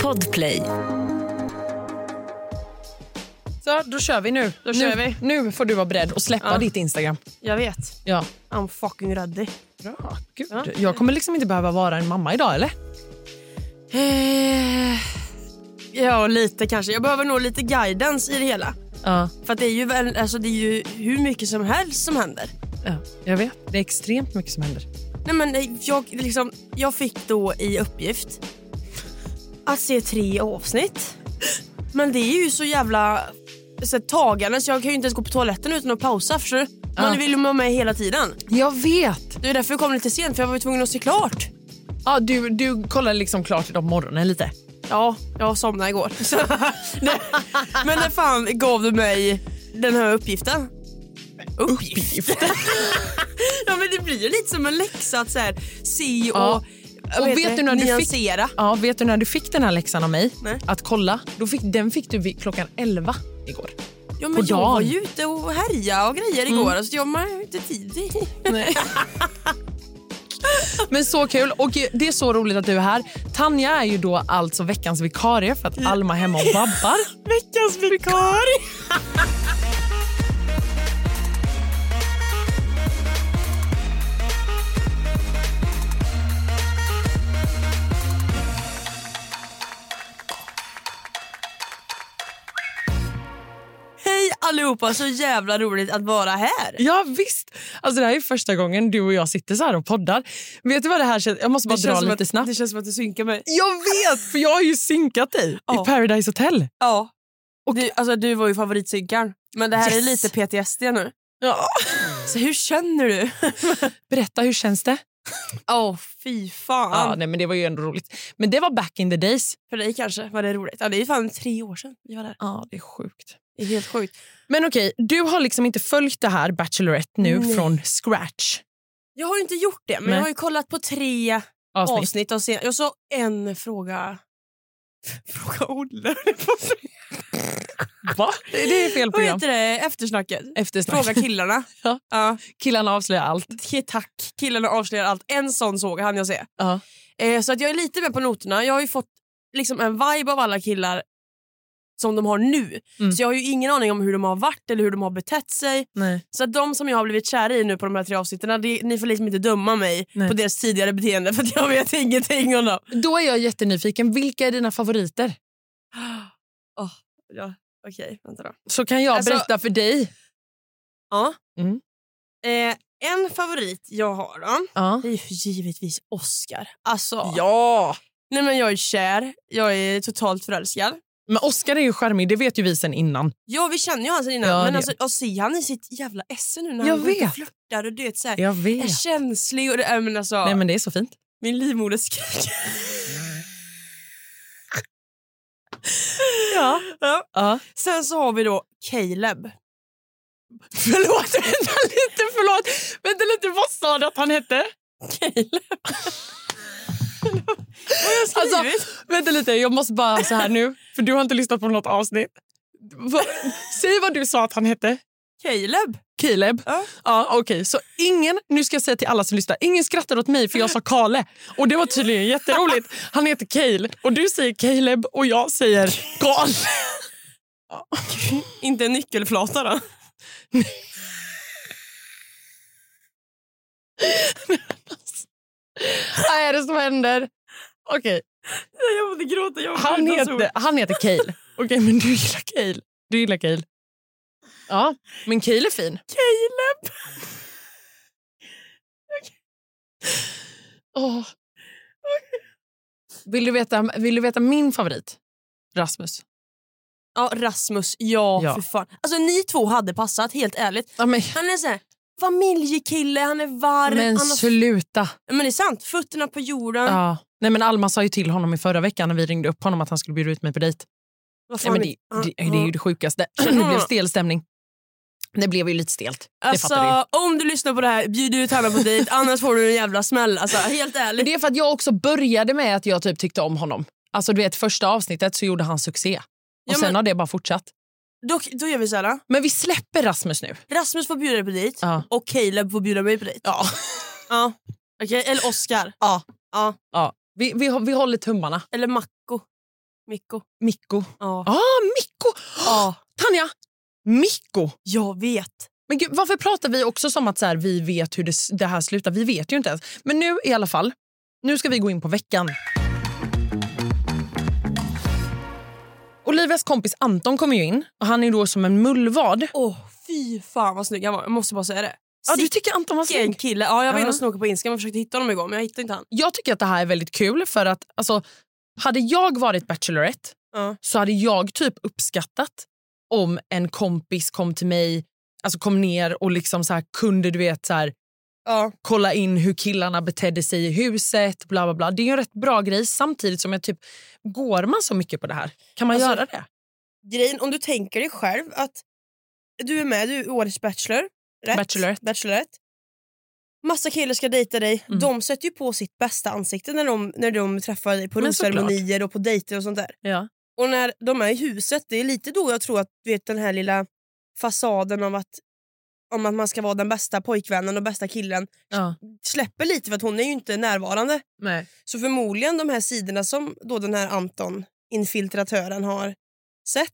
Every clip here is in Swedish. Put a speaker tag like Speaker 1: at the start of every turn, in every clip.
Speaker 1: Podplay.
Speaker 2: Så, då kör vi nu.
Speaker 3: Då
Speaker 2: nu,
Speaker 3: kör vi.
Speaker 2: nu får du vara beredd och släppa
Speaker 3: Ja.
Speaker 2: ditt Instagram.
Speaker 3: Jag vet.
Speaker 2: Ja.
Speaker 3: I'm fucking ready.
Speaker 2: Bra. Gud.
Speaker 3: Ja.
Speaker 2: Jag kommer liksom inte behöva vara en mamma idag, eller?
Speaker 3: Eh, ja, lite kanske. Jag behöver nog lite guidance i det hela.
Speaker 2: Ja.
Speaker 3: För att det är ju, väl, alltså, det är ju hur mycket som helst som händer.
Speaker 2: ja. Jag vet. Det är extremt mycket som händer.
Speaker 3: Nej, men eh, jag, liksom, jag fick då i uppgift att se tre avsnitt. Men det är ju så jävla så här, tagande så jag kan ju inte ens gå på toaletten utan att pausa. Förstår du? Man
Speaker 2: Ja.
Speaker 3: vill ju vara med hela tiden.
Speaker 2: Jag vet!
Speaker 3: Det är därför jag kom lite sent för jag var ju tvungen att se klart.
Speaker 2: Ja, du, du kollar liksom klart idag på morgonen lite.
Speaker 3: Ja, jag somnade igår. Så, det, men när fan gav du mig den här uppgiften? Uppgift? ja men det blir ju lite som en läxa att så här, se och,
Speaker 2: Ja.
Speaker 3: vad
Speaker 2: Och
Speaker 3: heter
Speaker 2: vet
Speaker 3: det?
Speaker 2: du när du fick-
Speaker 3: nyansera.
Speaker 2: Ja, vet du när du fick den här läxan av mig?
Speaker 3: Nej.
Speaker 2: Att kolla. Då fick, den fick du vid klockan 11 igår.
Speaker 3: Ja,
Speaker 2: på
Speaker 3: men jag var
Speaker 2: dagen. Mm.
Speaker 3: ju ute och härja och grejer igår så jag har ju inte tid.
Speaker 2: Men så kul. Och Det är så roligt att du är här. Tanja är ju då alltså veckans vikarie för att Alma är hemma och babbar.
Speaker 3: Veckans vikarie! Hej allihopa, så jävla roligt att vara här.
Speaker 2: Ja, visst. Alltså, det här är första gången du och jag sitter så här och poddar. Vet du vad det här känns? Jag måste bara dra lite
Speaker 3: att,
Speaker 2: snabbt.
Speaker 3: det känns som att du synkar mig.
Speaker 2: Jag vet, för jag har ju synkat dig
Speaker 3: Ja.
Speaker 2: i Paradise Hotel.
Speaker 3: Ja. Du, alltså, du var ju favoritsynkaren. Men det här är
Speaker 2: Yes.
Speaker 3: lite PTSD nu.
Speaker 2: Ja.
Speaker 3: Så hur känner du?
Speaker 2: Berätta, hur känns det?
Speaker 3: Åh, fy fan.
Speaker 2: Ja, nej, men Det var ju ändå roligt. Men det var back in the days.
Speaker 3: För dig kanske var det roligt. Ja, det är ju fan tre år sedan vi var där.
Speaker 2: Ja, det är sjukt.
Speaker 3: Det är helt sjukt.
Speaker 2: Men okej, du har liksom inte följt det här Bachelorette nu
Speaker 3: Nej.
Speaker 2: från scratch.
Speaker 3: Jag har ju inte gjort det, men
Speaker 2: Nej.
Speaker 3: jag har ju kollat på tre
Speaker 2: Avsnitt.
Speaker 3: avsnitt. av sen- jag såg en fråga... Fråga Olle.
Speaker 2: Va? Det är fel
Speaker 3: Vad
Speaker 2: program.
Speaker 3: heter det? Eftersnacket.
Speaker 2: Eftersnack.
Speaker 3: Fråga killarna.
Speaker 2: Ja.
Speaker 3: Ja.
Speaker 2: Killarna avslöjar allt.
Speaker 3: Ke- Tack. Killarna avslöjar allt. En sån såg han jag se.
Speaker 2: Ja.
Speaker 3: Eh, så att jag är lite med på noterna. Jag har ju fått liksom en vibe av alla killar som de har nu.
Speaker 2: Mm.
Speaker 3: Så jag har ju ingen aning om hur de har varit eller hur de har betett sig.
Speaker 2: Nej.
Speaker 3: Så att de som jag har blivit kär i nu på de här tre avsnitten, det, ni får liksom inte döma mig
Speaker 2: Nej.
Speaker 3: på deras tidigare beteende för att jag vet ingenting om dem.
Speaker 2: Då är jag jättenyfiken. Vilka är dina favoriter?
Speaker 3: Oh, ja, Okej, vänta då.
Speaker 2: Så kan jag
Speaker 3: Alltså-
Speaker 2: berätta för dig.
Speaker 3: Ja.
Speaker 2: Mm.
Speaker 3: Eh, en favorit jag har då,
Speaker 2: Ja.
Speaker 3: det är ju givetvis Oscar. Alltså,
Speaker 2: ja.
Speaker 3: nej men jag är kär, jag är totalt förälskad.
Speaker 2: Men Oscar är ju charmig, det vet ju vi sen innan.
Speaker 3: Ja, vi känner ju han sen innan,
Speaker 2: Ja, det-
Speaker 3: men alltså, att se han i sitt jävla esse nu när
Speaker 2: Jag
Speaker 3: han går ut
Speaker 2: vet.
Speaker 3: och flörtar och du vet såhär,
Speaker 2: Jag vet.
Speaker 3: är känslig och det, äh, men alltså,
Speaker 2: Nej, men det är så fint.
Speaker 3: min livmoder skriker.
Speaker 2: Ja.
Speaker 3: Ja.
Speaker 2: ja.
Speaker 3: Sen så har vi då Caleb.
Speaker 2: Förlåt, vänta lite, förlåt. Vänta lite, vad sa du att han hette?
Speaker 3: Caleb.
Speaker 2: Alltså, vänta lite, jag måste bara så här nu, för du har inte lyssnat på något avsnitt. Va, säg vad du sa att han hette.
Speaker 3: Caleb?
Speaker 2: Caleb.
Speaker 3: Ja.
Speaker 2: Ja, okej. Så ingen, nu ska jag säga till alla som lyssnar, ingen skrattar åt mig för jag sa Kale. Och det var tydligen jätteroligt. Han heter Cale och du säger Caleb och jag säger Kale.
Speaker 3: Inte en nyckelflata då?
Speaker 2: Vad är det som händer? Okej,
Speaker 3: Jag måste gråta. Jag
Speaker 2: han, heter, han heter Cale. Okej, men du gillar Cale. Du gillar Cale. Ja, men Cale är fin.
Speaker 3: Caleb.
Speaker 2: Åh. Vill, du veta, vill du veta min favorit? Rasmus.
Speaker 3: Ja, Rasmus. Ja,
Speaker 2: Ja.
Speaker 3: för fan. Alltså ni två hade passat, helt ärligt.
Speaker 2: Ja, men,
Speaker 3: Han är så här, familjekille, han är varm.
Speaker 2: men
Speaker 3: han har-
Speaker 2: sluta.
Speaker 3: men det är sant, fötterna på jorden.
Speaker 2: Ja. Nej, men Alma sa ju till honom i förra veckan när vi ringde upp honom att han skulle bjuda ut mig på dejt.
Speaker 3: Vad fan
Speaker 2: Nej, men
Speaker 3: är-
Speaker 2: det,
Speaker 3: Ja,
Speaker 2: det, det är ju det sjukaste. Det blev stel stämning. Det blev ju lite stelt. det fattar du ju.
Speaker 3: Alltså, om du lyssnar på det här, bjud ut Hanna på dejt, annars får du en jävla smäll. Alltså, helt
Speaker 2: Men
Speaker 3: ärligt.
Speaker 2: det är för att jag också började med att jag typ tyckte om honom. Alltså du vet Första avsnittet så gjorde han succé. Och
Speaker 3: Ja,
Speaker 2: Sen
Speaker 3: men-
Speaker 2: har det bara fortsatt.
Speaker 3: Då, då gör vi så här. då.
Speaker 2: Men vi släpper Rasmus nu.
Speaker 3: Rasmus får bjuda dig på dejt
Speaker 2: Ja.
Speaker 3: och Caleb får bjuda mig på dejt.
Speaker 2: Ja.
Speaker 3: Ja. Okej, Eller Oscar.
Speaker 2: Ja.
Speaker 3: Ja.
Speaker 2: Vi, vi, hå- vi håller tummarna.
Speaker 3: Eller Macko. Mikko.
Speaker 2: Mikko.
Speaker 3: Ja.
Speaker 2: Ja, ah, Mikko!
Speaker 3: ja.
Speaker 2: Tanja! Mikko!
Speaker 3: Jag vet.
Speaker 2: Men gud, varför pratar vi också som att så här, vi vet hur det, s- det här slutar? Vi vet ju inte ens. Men nu i alla fall, nu ska vi gå in på veckan. Olivias kompis Anton kommer ju in och han är då som en mullvad.
Speaker 3: Åh, fy fan vad snygg han var. Jag måste bara säga det.
Speaker 2: Ja, du tycker Anton var
Speaker 3: Vilken
Speaker 2: snygg?
Speaker 3: kille. Ja, jag var inne
Speaker 2: Ja.
Speaker 3: och snokade på Instagram och försökte hitta honom igår men jag hittade inte han.
Speaker 2: Jag tycker att det här är väldigt kul för att alltså, hade jag varit Bachelorette
Speaker 3: Ja.
Speaker 2: så hade jag typ uppskattat om en kompis kom till mig, alltså kom ner och liksom så här, kunde du vet så här,
Speaker 3: Ja.
Speaker 2: kolla in hur killarna betedde sig i huset. Bla, bla, bla. Det är ju en rätt bra grej samtidigt som jag typ, går man så mycket på det här? Kan man
Speaker 3: Alltså-
Speaker 2: göra det?
Speaker 3: Grejen, om du tänker dig själv att du är med, du är årets bachelor. Rätt?
Speaker 2: Bachelorette.
Speaker 3: Bachelorette. Massa killar ska dejta dig.
Speaker 2: Mm.
Speaker 3: De sätter ju på sitt bästa ansikte när de, när de träffar dig på
Speaker 2: Men såklart.
Speaker 3: rosceremonier och på dejter och sånt där.
Speaker 2: Ja.
Speaker 3: Och när de är i huset, det är lite då jag tror att du vet, den här lilla fasaden om att, om att man ska vara den bästa pojkvännen och bästa killen
Speaker 2: ja.
Speaker 3: släpper lite för att hon är ju inte närvarande.
Speaker 2: Nej.
Speaker 3: Så förmodligen de här sidorna som då den här Anton, infiltratören, har sett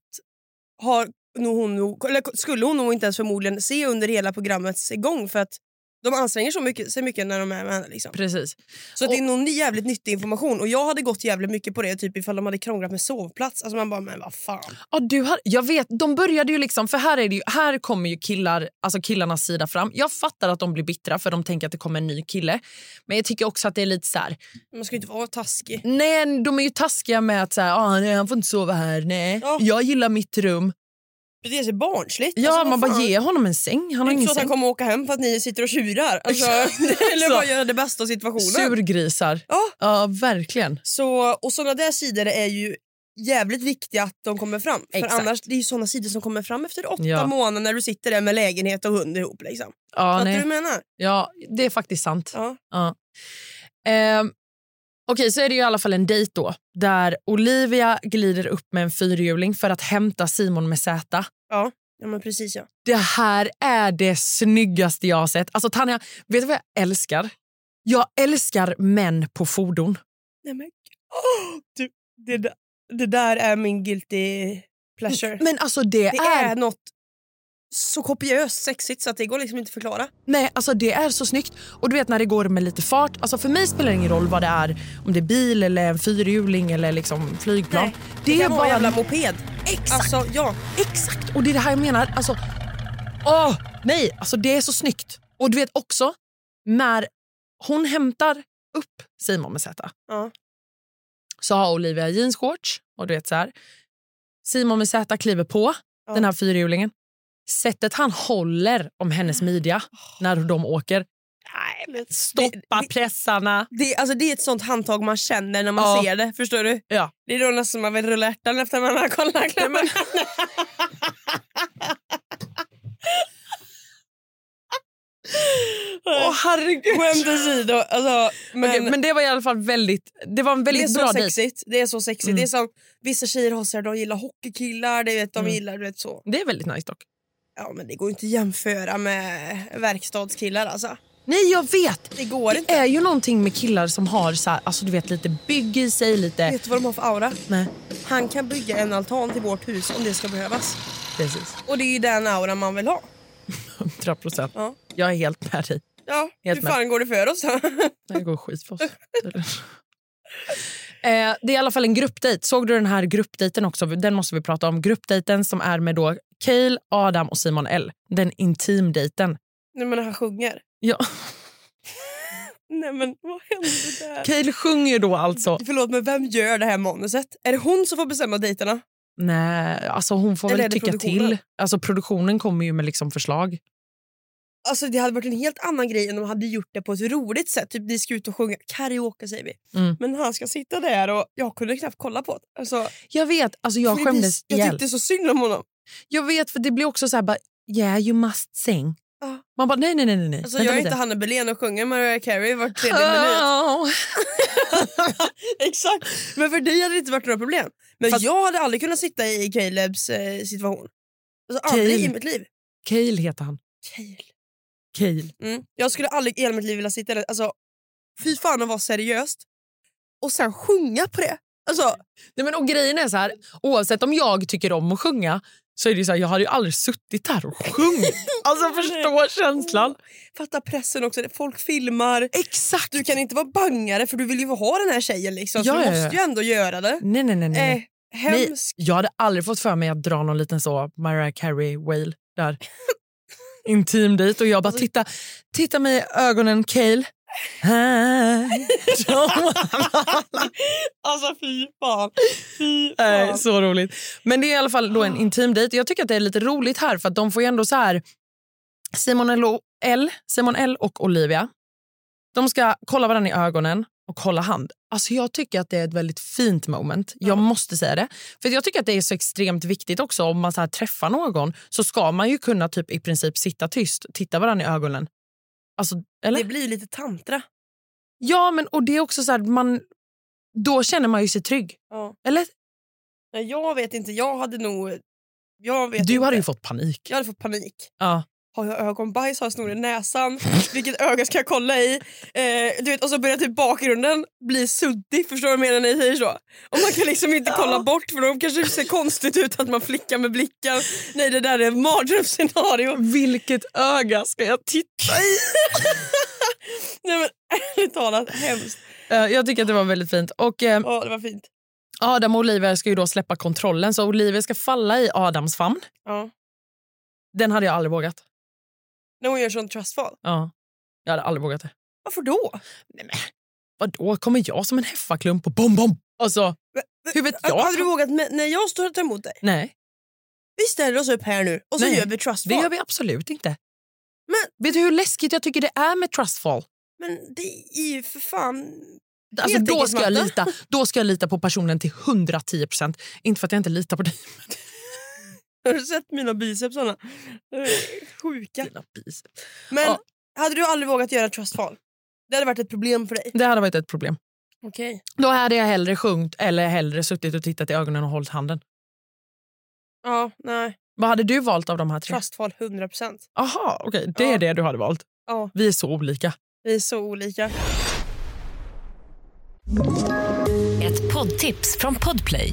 Speaker 3: har nog hon nog, eller skulle hon nog inte ens förmodligen se under hela programmets gång för att de anstränger så mycket, sig mycket när de är med henne. Liksom.
Speaker 2: Precis.
Speaker 3: Så att det är nog jävligt nyttig information och jag hade gått jävligt mycket på det typ ifall de hade krånglat med sovplats. Alltså man bara, men vad fan.
Speaker 2: Ja, du har, jag vet, de började ju liksom... För här, är det ju, här kommer ju killar, alltså killarnas sida fram. Jag fattar att de blir bittra för de tänker att det kommer en ny kille. Men jag tycker också att det är lite så här...
Speaker 3: Man ska ju inte vara taskig.
Speaker 2: Nej, de är ju taskiga med att så här, ah, nej, han får inte sova här. Nej,
Speaker 3: Ja.
Speaker 2: jag gillar mitt rum.
Speaker 3: Bete sig barnsligt.
Speaker 2: Ja,
Speaker 3: Alltså, vad
Speaker 2: man bara
Speaker 3: fan.
Speaker 2: ge honom en säng. Han
Speaker 3: Det
Speaker 2: har
Speaker 3: är inte
Speaker 2: ingen
Speaker 3: så att han
Speaker 2: säng.
Speaker 3: kommer åka hem för att ni sitter och tjurar. Alltså, eller bara göra det bästa av situationen.
Speaker 2: Surgrisar.
Speaker 3: Ja.
Speaker 2: Ja, verkligen.
Speaker 3: Så, och såna där sidor är ju jävligt viktiga att de kommer fram.
Speaker 2: Exakt.
Speaker 3: För annars, det är ju såna sidor som kommer fram efter åtta
Speaker 2: Ja.
Speaker 3: månader när du sitter där med lägenhet och hund ihop. Liksom.
Speaker 2: Ja,
Speaker 3: Fattar du
Speaker 2: nej.
Speaker 3: vad jag menar?
Speaker 2: ja, det är faktiskt sant.
Speaker 3: Ja.
Speaker 2: Ehm, Okej, så är det ju i alla fall en dejt då där Olivia glider upp med en fyrhjuling för att hämta Simon med Z.
Speaker 3: ja, men precis ja.
Speaker 2: Det här är det snyggaste jag har sett. Alltså Tanja, vet du vad jag älskar? Jag älskar män på fordon.
Speaker 3: Nej, men, åh, du, det, där- det där är min guilty pleasure.
Speaker 2: Men alltså det,
Speaker 3: det
Speaker 2: är...
Speaker 3: är, något så kopiöst sexigt så att det går liksom inte att förklara.
Speaker 2: Nej, alltså det är så snyggt. Och du vet när det går med lite fart. Alltså för mig spelar det ingen roll vad det är. Om det är bil eller en fyrhjuling eller liksom flygplan.
Speaker 3: Nej,
Speaker 2: det,
Speaker 3: Det
Speaker 2: är
Speaker 3: kan vara
Speaker 2: bara...
Speaker 3: en jävla moped.
Speaker 2: Exakt!
Speaker 3: Alltså, ja.
Speaker 2: Exakt! Och det är det här jag menar. Alltså, åh, nej, alltså det är så snyggt. Och du vet också, när hon hämtar upp Simon med Z
Speaker 3: Ja.
Speaker 2: så har Olivia jeansshorts och du vet så här. Simon med Z kliver på
Speaker 3: Ja.
Speaker 2: den här fyrhjulingen. Sättet han håller om hennes midja när de åker. Nej, men
Speaker 3: Det-
Speaker 2: stoppa
Speaker 3: det-
Speaker 2: pressarna!
Speaker 3: Det, alltså, det är ett sånt handtag man känner när man
Speaker 2: Ja.
Speaker 3: ser det. Förstår du?
Speaker 2: Ja.
Speaker 3: Det är då nästan som man vill rulla ärtan efter man har kollat klart.
Speaker 2: Åh,
Speaker 3: Åh,
Speaker 2: herregud!
Speaker 3: Skämt åsido. Alltså, men,
Speaker 2: Okej, men det var i alla fall väldigt, det var en
Speaker 3: det är
Speaker 2: väldigt
Speaker 3: så
Speaker 2: bra dejt.
Speaker 3: sexigt. Det är så sexigt.
Speaker 2: Mm.
Speaker 3: Det är som, vissa tjejer har så här, de gillar hockeykillar, det vet, de
Speaker 2: Mm.
Speaker 3: gillar du vet så.
Speaker 2: Det är väldigt nice dock.
Speaker 3: Ja, men det går inte att jämföra med verkstadskillar alltså.
Speaker 2: Nej, jag vet!
Speaker 3: Det går inte.
Speaker 2: Det är ju någonting med killar som har så här, alltså du vet lite bygg i sig, lite...
Speaker 3: Vet du vad de har för aura?
Speaker 2: Nej,
Speaker 3: Han kan bygga en altan till vårt hus om det ska behövas.
Speaker 2: precis.
Speaker 3: Och det är ju den aura man vill ha.
Speaker 2: 100 procent.
Speaker 3: Ja.
Speaker 2: Jag är helt med dig.
Speaker 3: Ja,
Speaker 2: Helt
Speaker 3: hur fan går det för oss då?
Speaker 2: Det går skit för oss. tydligen. eh, det är i alla fall en gruppdejt. Såg du den här gruppdejten också? Den måste vi prata om. Gruppdejten som är med då Cale, Adam och Simon L. Den intimdejten.
Speaker 3: Nej men han sjunger.
Speaker 2: Ja.
Speaker 3: Nej men vad hände där?
Speaker 2: Cale sjunger då alltså.
Speaker 3: Förlåt men vem gör det här manuset? Är det hon som får bestämma dejterna?
Speaker 2: Nej, alltså hon får
Speaker 3: Eller
Speaker 2: väl
Speaker 3: är det
Speaker 2: tycka
Speaker 3: produktionen?
Speaker 2: till. Alltså produktionen kommer ju med liksom förslag.
Speaker 3: Alltså det hade varit en helt annan grej om de hade gjort det på ett roligt sätt. Typ ni ska ut och sjunga karaoke säger vi.
Speaker 2: Mm.
Speaker 3: Men han ska sitta där och jag kunde knappt kolla på det. Alltså,
Speaker 2: Jag vet, alltså
Speaker 3: för
Speaker 2: jag
Speaker 3: det
Speaker 2: skämdes
Speaker 3: blir- Jag
Speaker 2: ihjäl.
Speaker 3: tyckte så synd om honom.
Speaker 2: Jag vet, för det blir också så här bara, yeah you must sing.
Speaker 3: Ja.
Speaker 2: Man bara nej, nej, nej. nej, nej.
Speaker 3: Alltså,
Speaker 2: Vänta
Speaker 3: jag är
Speaker 2: lite.
Speaker 3: inte Hanna Belén och sjunger Mariah Carey var tredje minut.
Speaker 2: Oh.
Speaker 3: Exakt. Men för dig hade det inte varit några problem. Men
Speaker 2: Fast-
Speaker 3: jag hade aldrig kunnat sitta i Calebs eh, situation. Alltså aldrig
Speaker 2: Cale.
Speaker 3: i mitt liv.
Speaker 2: Cale heter han.
Speaker 3: Cale.
Speaker 2: Cale.
Speaker 3: Mm. Jag skulle aldrig i hela mitt liv vilja sitta där. Alltså, fy fan att vara seriöst och sen sjunga på det. Alltså,
Speaker 2: Nej, men, och grejen är så här, oavsett om jag tycker om att sjunga så är det ju så här, jag hade ju aldrig suttit här och sjungit. Alltså förstå känslan.
Speaker 3: oh, fatta pressen också. Folk filmar.
Speaker 2: Exakt.
Speaker 3: Du kan inte vara bangare för du vill ju ha den här tjejen liksom.
Speaker 2: Ja,
Speaker 3: så du
Speaker 2: ja,
Speaker 3: måste
Speaker 2: ja.
Speaker 3: ju ändå göra det.
Speaker 2: Nej, nej, nej. nej. nej.
Speaker 3: Eh, hemskt.
Speaker 2: Jag hade aldrig fått för mig att dra någon liten så Mariah Carey-wail där. Intim dit och
Speaker 3: Alltså,
Speaker 2: jag bara titta, titta mig i ögonen Cale. Hi.
Speaker 3: Alltså fy fan. Fy
Speaker 2: Nej, så roligt. Men det är i alla fall då en intim dejt. Jag tycker att det är lite roligt här för att de får ju ändå så här Simon L, och L, Simon L och Olivia. De ska kolla varandra i ögonen och hålla hand. Alltså jag tycker att det är ett väldigt fint moment. Jag måste säga det. För jag tycker att det är så extremt viktigt också om man så här träffar någon så ska man ju kunna typ i princip sitta tyst, titta varandra i ögonen. Alltså, eller?
Speaker 3: Det blir ju lite tantra.
Speaker 2: Ja, men och det är också så här, man, då känner man ju sig trygg.
Speaker 3: Ja.
Speaker 2: Eller?
Speaker 3: Nej, jag vet inte. Jag hade nog... Jag vet
Speaker 2: Du
Speaker 3: inte.
Speaker 2: hade ju fått panik.
Speaker 3: Jag hade fått panik.
Speaker 2: Ja.
Speaker 3: Har jag ögonbajs? Har jag snor i näsan? Vilket öga ska jag kolla i? Eh, du vet, och så börjar typ bakgrunden bli suddig. Förstår du vad jag menar när jag säger så? Och man kan liksom inte kolla bort för då kanske det ser konstigt ut att man flickar med blickar. Nej, det där är ett mardrömsscenario.
Speaker 2: Vilket öga ska jag titta i?
Speaker 3: Nej men ärligt talat, hemskt.
Speaker 2: Eh, jag tycker att det var väldigt fint. Och eh,
Speaker 3: Ja, det var fint.
Speaker 2: Adam och Olivia ska ju då släppa kontrollen så Olivia ska falla i Adams famn.
Speaker 3: Ja.
Speaker 2: Den hade jag aldrig vågat.
Speaker 3: När hon gör sån trustfall.
Speaker 2: Ja. Jag hade aldrig vågat det.
Speaker 3: Varför då?
Speaker 2: Vadå, kommer jag som en heffaklump och bom, bom? Alltså, hur vet jag?
Speaker 3: Hade du vågat med, när jag står och tar emot dig?
Speaker 2: Nej,
Speaker 3: Vi ställer oss upp här nu och så
Speaker 2: Nej,
Speaker 3: gör vi
Speaker 2: det
Speaker 3: trustfall.
Speaker 2: gör vi absolut inte.
Speaker 3: Men-
Speaker 2: Vet du hur läskigt jag tycker det är med trustfall?
Speaker 3: Men det är ju för fan...
Speaker 2: Alltså,
Speaker 3: Helt
Speaker 2: då,
Speaker 3: enkelt
Speaker 2: ska jag
Speaker 3: matte.
Speaker 2: lita, då ska jag lita på personen till 110 procent. Inte för att jag inte litar på dig.
Speaker 3: Har du sett mina bicepsarna? De är Sjuka.
Speaker 2: Dina biceps.
Speaker 3: Men
Speaker 2: Ja.
Speaker 3: hade du aldrig vågat göra trustfall? Det hade varit ett problem för dig.
Speaker 2: Det hade varit ett problem.
Speaker 3: Okej.
Speaker 2: Då hade jag hellre sjungit eller hellre suttit och tittat i ögonen och hållit handen.
Speaker 3: Ja, nej.
Speaker 2: Vad hade du valt av de här tre?
Speaker 3: Trustfall 100%.
Speaker 2: Aha, okej. Det
Speaker 3: Ja.
Speaker 2: är det du hade valt.
Speaker 3: Ja,
Speaker 2: Vi är så olika.
Speaker 3: vi är så olika.
Speaker 1: Ett poddtips från Podplay.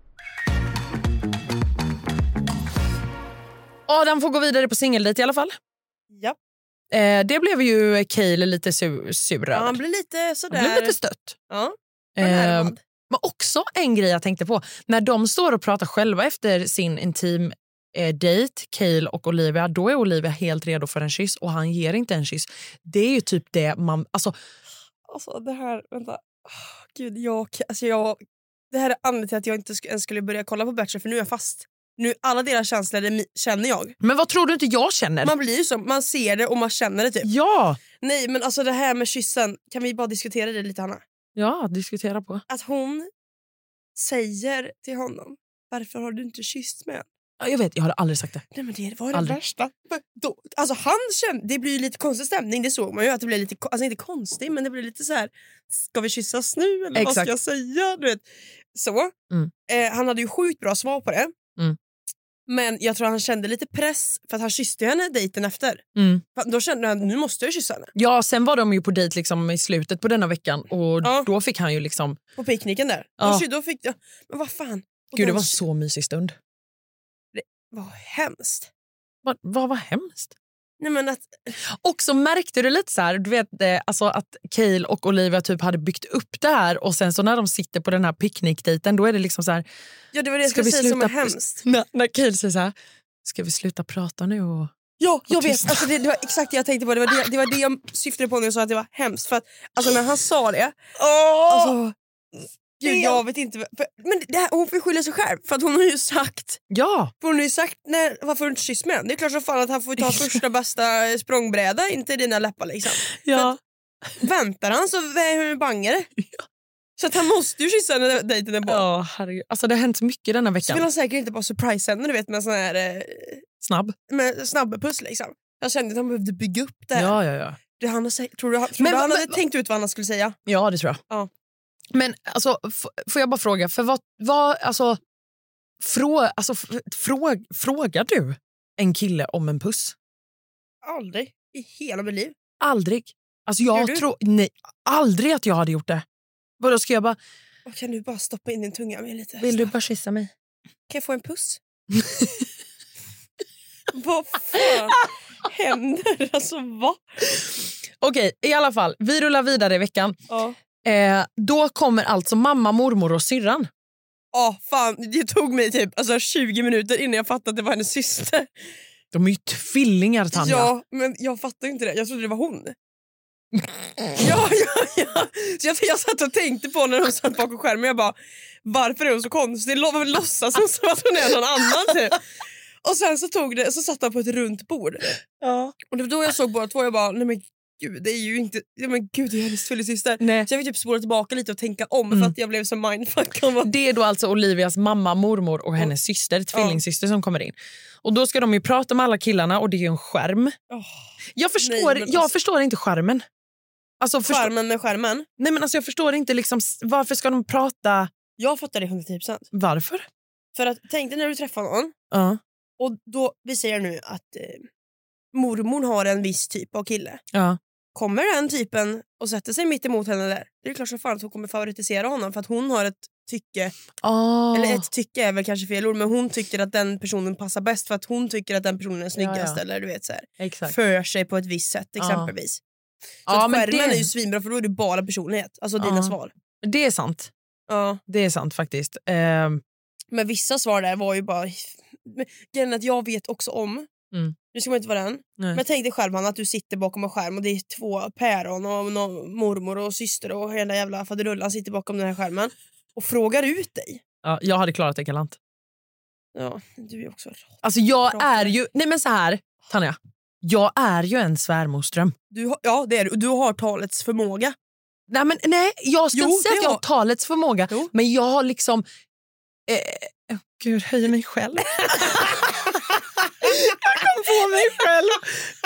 Speaker 2: Adam får gå vidare på singeldejt i alla fall.
Speaker 3: Ja.
Speaker 2: Eh, det blev ju Cale lite sur, sur
Speaker 3: Ja,
Speaker 2: över.
Speaker 3: han blir lite sådär...
Speaker 2: Han blev lite stött.
Speaker 3: ja,
Speaker 2: Eh,
Speaker 3: förnärmad.
Speaker 2: men också en grej jag tänkte på. När de står och pratar själva efter sin intim eh, dejt, Cale och Olivia, då är Olivia helt redo för en kyss och han ger inte en kyss. Det är ju typ det man... Alltså,
Speaker 3: Alltså det här, vänta. Åh, Gud, jag, alltså jag, det här är anledningen till att jag inte sk- ens skulle börja kolla på Bachelor för nu är jag fast. Nu, alla deras känslor det mi- känner jag.
Speaker 2: men vad tror du inte jag känner?
Speaker 3: Man blir ju så, man ser det och man känner det typ.
Speaker 2: Ja!
Speaker 3: Nej men alltså det här med kyssen, kan vi bara diskutera det lite Hanna?
Speaker 2: Ja, diskutera på.
Speaker 3: Att hon säger till honom, varför har du inte kysst mig än?"
Speaker 2: Ja, Jag vet, jag har aldrig sagt det.
Speaker 3: Nej men det var det
Speaker 2: Aldrig.
Speaker 3: värsta. Men Då, alltså han kände, det blir ju lite konstig stämning, det såg man ju att det blev lite, ko- alltså inte konstig men det blev lite så här. ska vi kyssas nu eller vad
Speaker 2: Exakt.
Speaker 3: ska jag säga? Du vet. Så.
Speaker 2: Mm.
Speaker 3: Eh, han hade ju sjukt bra svar på det.
Speaker 2: Mm.
Speaker 3: Men jag tror han kände lite press för att han kysste ju henne dejten efter.
Speaker 2: Mm.
Speaker 3: För Då kände han nu måste jag kyssa henne.
Speaker 2: Ja, sen var de ju på dejt liksom i slutet på denna veckan och
Speaker 3: Ja.
Speaker 2: då fick han ju liksom...
Speaker 3: På picknicken där.
Speaker 2: Ja.
Speaker 3: Då, då fick jag, men vad fan. Och
Speaker 2: Gud,
Speaker 3: de
Speaker 2: det var en
Speaker 3: ky-
Speaker 2: så mysig stund.
Speaker 3: Vad hemskt.
Speaker 2: Vad, vad var hemskt?
Speaker 3: Nej men att,
Speaker 2: Och så märkte du lite så här, du vet, eh, alltså att Cale och Olivia typ hade byggt upp det här och sen så när de sitter på den här picknickdejten då är det liksom så här...
Speaker 3: ja det var det jag
Speaker 2: Ska
Speaker 3: skulle
Speaker 2: vi
Speaker 3: säga som var
Speaker 2: sluta-
Speaker 3: hemskt.
Speaker 2: När, när Cale säger så här, ska vi sluta prata nu och...
Speaker 3: Ja, jag vet.
Speaker 2: tyst.
Speaker 3: Alltså, det, det var exakt det jag tänkte på. Det var det, det, var det jag syftade på när jag sa att det var hemskt. För att, alltså, när han sa det... Alltså, gud, jag vet inte. vad- För, men det här, hon får ju skylla sig själv. För att hon har ju sagt...
Speaker 2: Ja!
Speaker 3: För hon har ju sagt nej, varför har du inte kysst med henne? Det är klart som fan att han får ju ta första bästa språngbräda in till dina läppar. Liksom.
Speaker 2: ja.
Speaker 3: Väntar han så är hon ju bangare. Så att han måste ju kyssa henne när dejten är på.
Speaker 2: Ja, herregud. Alltså, det har hänt så mycket denna
Speaker 3: Så
Speaker 2: veckan.
Speaker 3: vill han säkert inte bara surprise henne du vet, med, en sån här, eh,
Speaker 2: Snabb.
Speaker 3: med snabbpuss. Liksom. Jag kände att han behövde bygga upp det. här.
Speaker 2: Ja, ja, ja.
Speaker 3: Det han har sagt, tror du, han- tror
Speaker 2: Men
Speaker 3: du
Speaker 2: vad-
Speaker 3: han hade
Speaker 2: men-
Speaker 3: tänkt ut vad han skulle säga?
Speaker 2: Ja, det tror jag.
Speaker 3: Ja.
Speaker 2: Men alltså, f- får jag bara fråga, för vad, vad alltså, frå, alltså, f- frå, frågar du en kille om en puss?
Speaker 3: Aldrig i hela mitt liv.
Speaker 2: Aldrig. Alltså
Speaker 3: Gör du?
Speaker 2: jag tror, nej, aldrig att jag hade gjort det. Vadå, ska jag bara,
Speaker 3: Och kan du bara stoppa in din tunga med lite?
Speaker 2: vill du bara kyssa mig?
Speaker 3: Kan jag få en puss? vad fan händer? Alltså vad?
Speaker 2: Okej, i alla fall, vi rullar vidare i veckan.
Speaker 3: Ja.
Speaker 2: Eh, då kommer alltså mamma, mormor och syrran.
Speaker 3: Ja, fan, det tog mig typ alltså, 20 minuter innan jag fattade att det var hennes syster.
Speaker 2: De är ju tvillingar, Tanja.
Speaker 3: Ja, men jag fattade ju inte det. Jag trodde det var hon. ja, ja, ja. Så jag, jag satt och tänkte på när hon satt bakom skärmen. Jag bara, varför är hon så konstig? Lå- Varför låtsas hon som att hon är någon annan? Typ. Och sen så, tog det, så satt han på ett runt bord.
Speaker 2: Ja.
Speaker 3: Och det var då jag såg båda två. Jag bara, nej men gud, det är ju inte... Nej men gud, det är hennes tvillingssyster.
Speaker 2: Nej.
Speaker 3: Så jag fick typ spola tillbaka lite och tänka om
Speaker 2: Mm.
Speaker 3: för att jag blev så mindfuck. av vad-
Speaker 2: Det är då alltså Olivias mamma, mormor och hennes syster, tvillingsyster som kommer in. Och Då ska de ju prata med alla killarna och det är ju en skärm.
Speaker 3: Åh,
Speaker 2: Jag förstår,
Speaker 3: Nej, men
Speaker 2: jag
Speaker 3: alltså-
Speaker 2: förstår inte skärmen. Alltså, förstå,
Speaker 3: Skärmen med skärmen.
Speaker 2: Nej, men alltså, jag förstår inte liksom, s- varför ska de prata...
Speaker 3: Jag fattar det 110%.
Speaker 2: Varför?
Speaker 3: För att tänk dig när du träffar någon
Speaker 2: Ja.
Speaker 3: Och då, vi säger nu att eh, mormor har en viss typ av kille.
Speaker 2: Ja.
Speaker 3: Kommer den typen och sätter sig mitt emot henne där, det är klart som fan att hon kommer favoritisera honom för att hon har ett tycke,
Speaker 2: Ah.
Speaker 3: eller ett tycke är väl kanske fel ord, men hon tycker att den personen passar bäst för att hon tycker att den personen är snyggast
Speaker 2: ja.
Speaker 3: eller du vet så här,
Speaker 2: Exakt.
Speaker 3: för sig på ett visst sätt exempelvis. Så
Speaker 2: Ja,
Speaker 3: att
Speaker 2: men
Speaker 3: skärmen
Speaker 2: det-
Speaker 3: är ju svinbra för då är det bara personlighet, alltså
Speaker 2: Ja.
Speaker 3: dina svar.
Speaker 2: Det är sant.
Speaker 3: Ja.
Speaker 2: Det är sant faktiskt. Ehm,
Speaker 3: Men vissa svar där var ju bara... Men Grejen är att jag vet också om,
Speaker 2: Mm.
Speaker 3: nu ska man inte vara den,
Speaker 2: nej.
Speaker 3: Men tänk dig själv Hanna, att du sitter bakom en skärm och det är två päron och någon mormor och syster och hela jävla faderullan sitter bakom den här skärmen och frågar ut dig.
Speaker 2: ja, jag hade klarat det galant.
Speaker 3: Ja, du är också rat.
Speaker 2: Alltså jag
Speaker 3: Klart.
Speaker 2: är ju... Nej men så här, Tanja. Jag är ju en svärmorström.
Speaker 3: du har, Ja, det är du. Och Du har talets förmåga.
Speaker 2: Nej, men, nej jag ska
Speaker 3: Jo,
Speaker 2: inte säga
Speaker 3: det
Speaker 2: att jag har
Speaker 3: har-
Speaker 2: talets förmåga,
Speaker 3: Jo.
Speaker 2: men jag har liksom... Eh, åh, gud, höjer mig själv. jag kom på mig själv.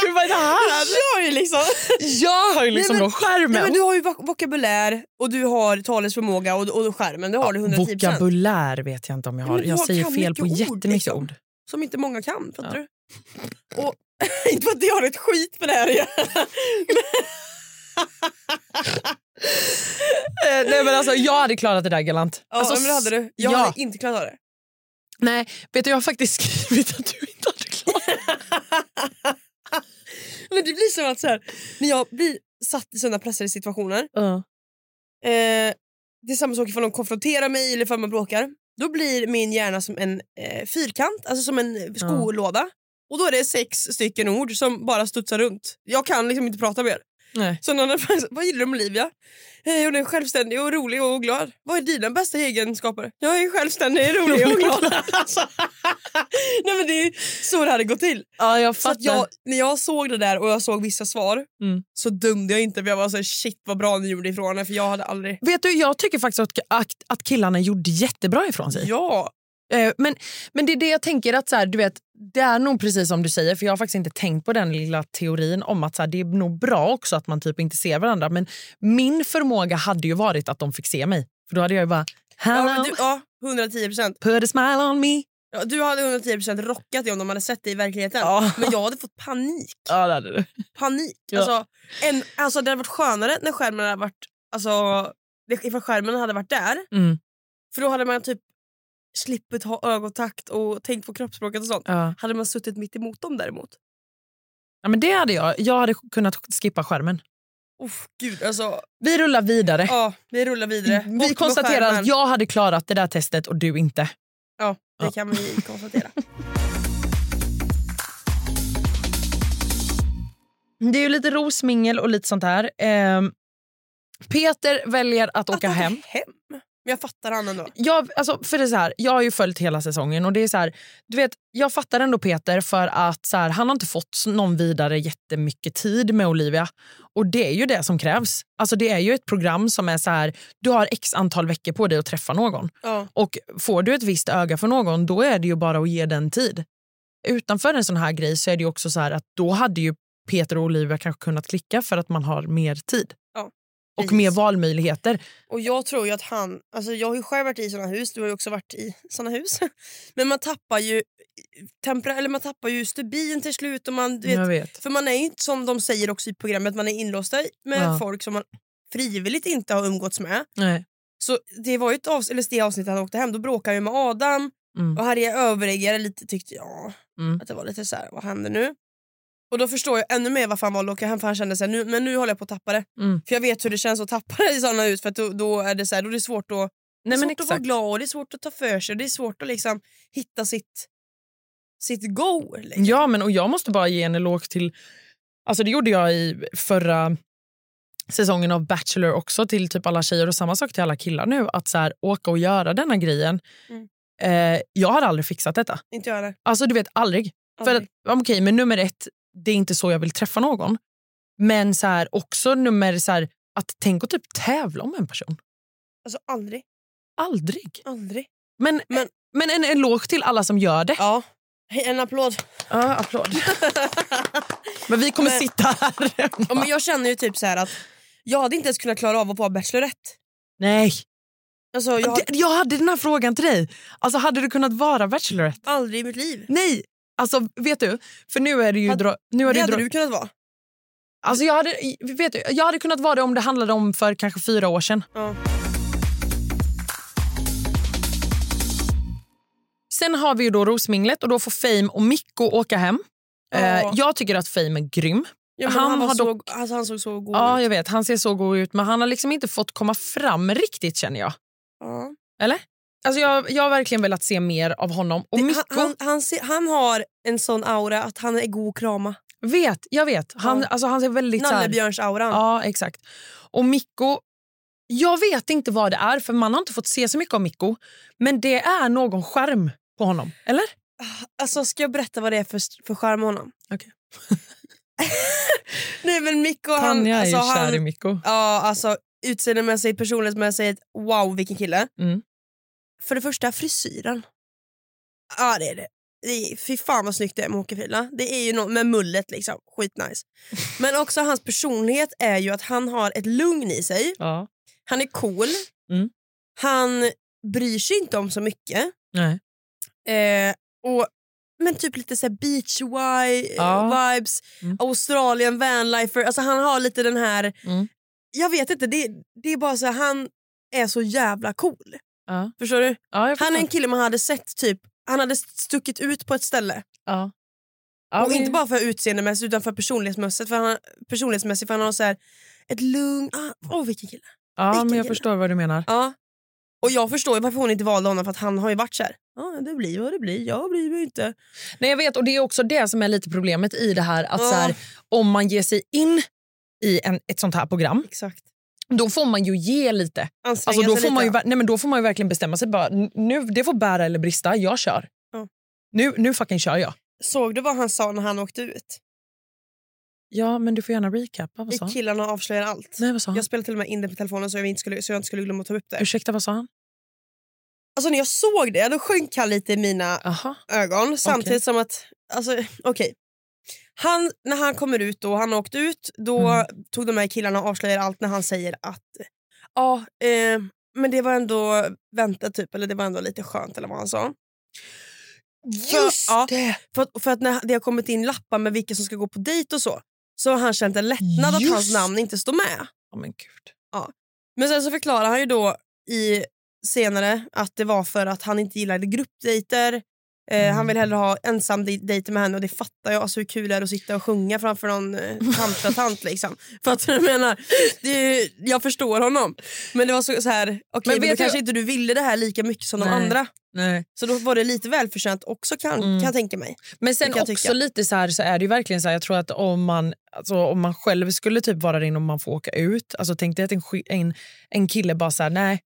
Speaker 2: Gud, vad är det här?
Speaker 3: Jag är ju liksom...
Speaker 2: Jag har ju liksom
Speaker 3: men-
Speaker 2: då skärmen.
Speaker 3: Nej, men du har ju vok- vokabulär och du har talets förmåga och, och skärmen, det har du 110
Speaker 2: Vokabulär vet jag inte om jag
Speaker 3: Ja,
Speaker 2: har.
Speaker 3: men
Speaker 2: Jag
Speaker 3: jag
Speaker 2: säger
Speaker 3: kan
Speaker 2: fel på
Speaker 3: mycket ord,
Speaker 2: jättemycket
Speaker 3: liksom.
Speaker 2: ord.
Speaker 3: Som inte många kan, fattar
Speaker 2: Ja.
Speaker 3: du? Och inte för att det har ett skit med det här att göra.
Speaker 2: Eh, nej, men alltså, jag hade klarat det där galant.
Speaker 3: Ja,
Speaker 2: alltså,
Speaker 3: men det hade du. Jag
Speaker 2: ja.
Speaker 3: hade inte klarat av det.
Speaker 2: Nej, vet du, jag har faktiskt skrivit att du inte hade klarat
Speaker 3: Men det blir som att så här, när jag blir satt i såna pressade situationer,
Speaker 2: det.
Speaker 3: eh, det är samma sak ifall de konfronterar mig eller ifall man bråkar, då blir min hjärna som en eh, fyrkant, alltså som en eh, skolåda. Och då är det sex stycken ord som bara studsar runt. Jag kan liksom inte prata mer.
Speaker 2: Nej.
Speaker 3: Så någon annan, vad gillar du med Olivia? Eh, hon är självständig och rolig och glad. Vad är dina bästa egenskaper? Jag är självständig, rolig och glad. alltså. Nej, men det är så det hade gått till.
Speaker 2: Ja, jag
Speaker 3: Så att jag, när jag såg det där och jag såg vissa svar
Speaker 2: Mm.
Speaker 3: så dömde jag inte. för Jag var så här, shit vad bra ni gjorde ifrån er för jag hade aldrig...
Speaker 2: Vet du, jag tycker faktiskt att, att, att killarna gjorde jättebra ifrån sig.
Speaker 3: Ja!
Speaker 2: Eh, men, men det är det jag tänker att så här, du vet, det är nog precis som du säger för jag har faktiskt inte tänkt på den lilla teorin om att så här, det är nog bra också att man typ inte ser varandra men min förmåga hade ju varit att de fick se mig för då hade jag ju bara
Speaker 3: Ja,
Speaker 2: hello,
Speaker 3: men du, ja, 110 procent.
Speaker 2: put a smile on me.
Speaker 3: Ja, du hade 110 procent rockat det om de hade sett det i verkligheten.
Speaker 2: Ja,
Speaker 3: Men jag hade fått panik.
Speaker 2: ja det hade du.
Speaker 3: Panik.
Speaker 2: Ja.
Speaker 3: Alltså, en, alltså, det hade varit skönare när skärmen hade varit... Alltså, det- ifall skärmen hade varit där.
Speaker 2: Mm.
Speaker 3: För då hade man typ slippit ha ögontakt och tänkt på kroppsspråket och sånt.
Speaker 2: Ja.
Speaker 3: Hade man suttit mitt emot dem däremot.
Speaker 2: Ja, men det hade jag. Jag hade kunnat skippa skärmen.
Speaker 3: Uff, gud alltså.
Speaker 2: Vi rullar vidare.
Speaker 3: Ja, vi rullar vidare. Bort
Speaker 2: Vi
Speaker 3: med
Speaker 2: konstaterar
Speaker 3: skärmen.
Speaker 2: att jag hade klarat det där testet och du inte.
Speaker 3: Ja, det
Speaker 2: Ja.
Speaker 3: kan vi konstatera.
Speaker 2: Det är ju lite rosmingel och lite sånt här. Ehm, Peter väljer att, åka
Speaker 3: Att
Speaker 2: hem.
Speaker 3: hem? Men jag fattar han ändå.
Speaker 2: jag, alltså, för det är så här, jag har ju följt hela säsongen och det är så här, du vet, jag fattar ändå Peter för att så här, han har inte fått någon vidare jättemycket tid med Olivia. Och det är ju det som krävs. Alltså, det är ju ett program som är så här, du har x antal veckor på dig att träffa någon.
Speaker 3: Ja.
Speaker 2: Och får du ett visst öga för någon, då är det ju bara att ge den tid. Utanför en sån här grej så är det ju också så här att då hade ju Peter och Olivia kanske kunnat klicka för att man har mer tid.
Speaker 3: Ja,
Speaker 2: och
Speaker 3: precis.
Speaker 2: mer valmöjligheter.
Speaker 3: Och jag tror ju att han, alltså jag har ju själv varit i såna hus, du har ju också varit i såna hus. Men man tappar ju tempera, eller man tappar ju stubin till slut. Och man, du
Speaker 2: jag
Speaker 3: vet,
Speaker 2: vet.
Speaker 3: för man är ju inte som de säger också i programmet, man är inlåsta med
Speaker 2: Ja.
Speaker 3: folk som man frivilligt inte har umgåtts med.
Speaker 2: Nej.
Speaker 3: Så det var ju ett avs- eller det avsnittet han åkte hem, då bråkade han ju med Adam
Speaker 2: Mm.
Speaker 3: och Harry överreagerade lite tyckte jag.
Speaker 2: Mm.
Speaker 3: Att det var lite så här, vad händer nu? Och då förstår jag ännu mer varför han valde att åka hem för han kände sig nu, men nu håller jag på att tappa det.
Speaker 2: Mm.
Speaker 3: För jag vet hur det känns att tappa det i sådana hus för att då, då är det så här, då är det svårt att
Speaker 2: Nej,
Speaker 3: det är
Speaker 2: men
Speaker 3: svårt att vara
Speaker 2: exakt.
Speaker 3: glad och det är svårt att ta för sig. och Det är svårt att liksom hitta sitt, sitt go. Liksom.
Speaker 2: Ja, men och jag måste bara ge en eloge till... Alltså det gjorde jag i förra säsongen av Bachelor också till typ alla tjejer och samma sak till alla killar nu. Att så här, åka och göra denna grejen.
Speaker 3: Mm.
Speaker 2: Eh, jag hade aldrig fixat detta.
Speaker 3: Inte jag heller.
Speaker 2: Alltså du vet, aldrig. För att,
Speaker 3: Aldrig.
Speaker 2: ja, men okej, men nummer ett, det är inte så jag vill träffa någon. Men så här, också nummer så här, att tänk att typ tävla om en person.
Speaker 3: Alltså aldrig.
Speaker 2: Aldrig.
Speaker 3: Aldrig.
Speaker 2: Men, men,
Speaker 3: Men-
Speaker 2: en eloge till alla som gör det.
Speaker 3: Ja. Hej, En applåd.
Speaker 2: Ja, applåd. men vi kommer
Speaker 3: Men-
Speaker 2: sitta här.
Speaker 3: ja, men jag känner ju typ så här att jag hade inte ens kunnat klara av att vara Bachelorette.
Speaker 2: Nej.
Speaker 3: Alltså, jag
Speaker 2: Jag,
Speaker 3: hade
Speaker 2: jag hade den här frågan till dig. Alltså Hade du kunnat vara Bachelorette?
Speaker 3: aldrig i mitt liv.
Speaker 2: Nej! Alltså vet du, för nu är det ju...
Speaker 3: Hade-
Speaker 2: Dra, nu är
Speaker 3: Det
Speaker 2: det
Speaker 3: hade
Speaker 2: dra,
Speaker 3: du kunnat vara.
Speaker 2: alltså, jag, hade, vet du, jag hade kunnat vara det om det handlade om för kanske fyra år sedan.
Speaker 3: Ja.
Speaker 2: Sen har vi ju då Rosminglet och då får Fame och Mikko åka hem.
Speaker 3: Ja.
Speaker 2: Eh, jag tycker att Fame är grym.
Speaker 3: Ja, men
Speaker 2: Han
Speaker 3: han, var
Speaker 2: har
Speaker 3: så, alltså, han såg så god
Speaker 2: Ja,
Speaker 3: ut.
Speaker 2: jag vet. Han ser så god ut men han har liksom inte fått komma fram riktigt känner jag.
Speaker 3: Ja.
Speaker 2: Alltså, jag, jag har verkligen velat se mer av honom. Och
Speaker 3: Det-
Speaker 2: Mikko,
Speaker 3: han, han, han, ser, han har en sån aura att han är god att krama.
Speaker 2: vet, jag vet. Han,
Speaker 3: Ja.
Speaker 2: alltså, han ser väldigt... så här-
Speaker 3: Nallebjörns-auran.
Speaker 2: Ja, exakt. Och Mikko, jag vet inte vad det är för man har inte fått se så mycket av Mikko. Men det är någon skärm på honom, eller?
Speaker 3: Alltså, ska jag berätta vad det är för, för charm med honom?
Speaker 2: Okej.
Speaker 3: Nej men Mikko han...
Speaker 2: Tanja är
Speaker 3: alltså,
Speaker 2: ju kär i
Speaker 3: han
Speaker 2: Mikko.
Speaker 3: ja, alltså, utseendemässigt, personlighetsmässigt, wow vilken kille.
Speaker 2: Mm.
Speaker 3: För det första frisyren. Ja det är det. det är, fy fan vad snyggt det är med Åke Frila. Det är ju något med mullet liksom, skitnice. Men också hans personlighet är ju att han har ett lugn i sig.
Speaker 2: Ja.
Speaker 3: Han är cool.
Speaker 2: Mm.
Speaker 3: Han bryr sig inte om så mycket.
Speaker 2: Nej.
Speaker 3: Eh, och, men typ lite så här beach wi-
Speaker 2: Ja.
Speaker 3: vibes,
Speaker 2: Mm.
Speaker 3: Australien, vanlifer. Alltså han har lite den här...
Speaker 2: Mm.
Speaker 3: Jag vet inte, det, det är bara så här, han är så jävla cool.
Speaker 2: Ja.
Speaker 3: Förstår du?
Speaker 2: Ja, jag
Speaker 3: Han är en
Speaker 2: förstår.
Speaker 3: kille man hade sett typ han hade stuckit ut på ett ställe.
Speaker 2: ja. Ja,
Speaker 3: och
Speaker 2: men-
Speaker 3: Inte bara för utseendemässigt utan för personlighetsmässigt. För han, personlighetsmässigt för han har så här, ett lugn... Åh, ah, oh, vilken kille.
Speaker 2: ja, men
Speaker 3: vilken
Speaker 2: jag
Speaker 3: kille.
Speaker 2: förstår vad du menar.
Speaker 3: Ja. Och jag förstår ju varför hon inte valde honom för att han har ju varit så här. Ja, det blir vad det blir. Jag bryr mig inte.
Speaker 2: Nej, jag vet, och det är också det som är lite problemet i det här. Att
Speaker 3: Ja.
Speaker 2: så här, om man ger sig in i en, ett sånt här program,
Speaker 3: Exakt.
Speaker 2: då får man ju ge lite.
Speaker 3: Anstränga
Speaker 2: Alltså, då,
Speaker 3: sig
Speaker 2: får
Speaker 3: lite.
Speaker 2: man ju, ver- nej, men då får man ju verkligen bestämma sig. Bara, "N- nu, det får bära eller brista. Jag kör.
Speaker 3: Ja.
Speaker 2: Nu, nu fucking kör jag.
Speaker 3: Såg du vad han sa när han åkte ut?
Speaker 2: Ja, men du får gärna recappa. Vad sa
Speaker 3: I
Speaker 2: han?
Speaker 3: Killarna avslöjar allt.
Speaker 2: Nej, vad sa han?
Speaker 3: Jag spelade till och med in det på telefonen så jag inte skulle, så jag inte skulle glömma att ta upp det.
Speaker 2: Ursäkta, vad sa han?
Speaker 3: Alltså när jag såg det då sjönk han lite i mina
Speaker 2: Aha.
Speaker 3: ögon. Samtidigt som att... Alltså, okej. Han, när han kommer ut då, han har åkt ut, då
Speaker 2: Mm.
Speaker 3: tog de här killarna och avslöjade allt när han säger att ja, eh, men det var ändå väntat typ, eller det var ändå lite skönt eller vad han sa. Just
Speaker 2: ja.
Speaker 3: För att, för att när det har kommit in lappar med vilka som ska gå på dejt och så, så har han känt en lättnad att
Speaker 2: Just.
Speaker 3: hans namn inte står med.
Speaker 2: Ja, men gud.
Speaker 3: Men sen så förklarar han ju då i senare att det var för att han inte gillade gruppdejter. Eh,
Speaker 2: Mm.
Speaker 3: Han vill hellre ha ensamdejter med henne och det fattar jag. Alltså hur kul är det att sitta och sjunga framför någon eh, tantratant liksom. Fattar du vad jag menar? Det är, ju- jag förstår honom. Men det var så, så här, okej men,
Speaker 2: vet
Speaker 3: då
Speaker 2: du-
Speaker 3: kanske inte du ville det här lika mycket som de
Speaker 2: Nej.
Speaker 3: andra.
Speaker 2: Nej.
Speaker 3: Så då var det lite välförtjänt också kan,
Speaker 2: Mm.
Speaker 3: kan jag tänka mig.
Speaker 2: Men sen
Speaker 3: Det kan jag
Speaker 2: också
Speaker 3: tycka.
Speaker 2: lite så här så är det ju verkligen så här, jag tror att om man, alltså, om man själv skulle typ vara in om man får åka ut, alltså tänk dig att en, sk- en, en kille bara så här, nej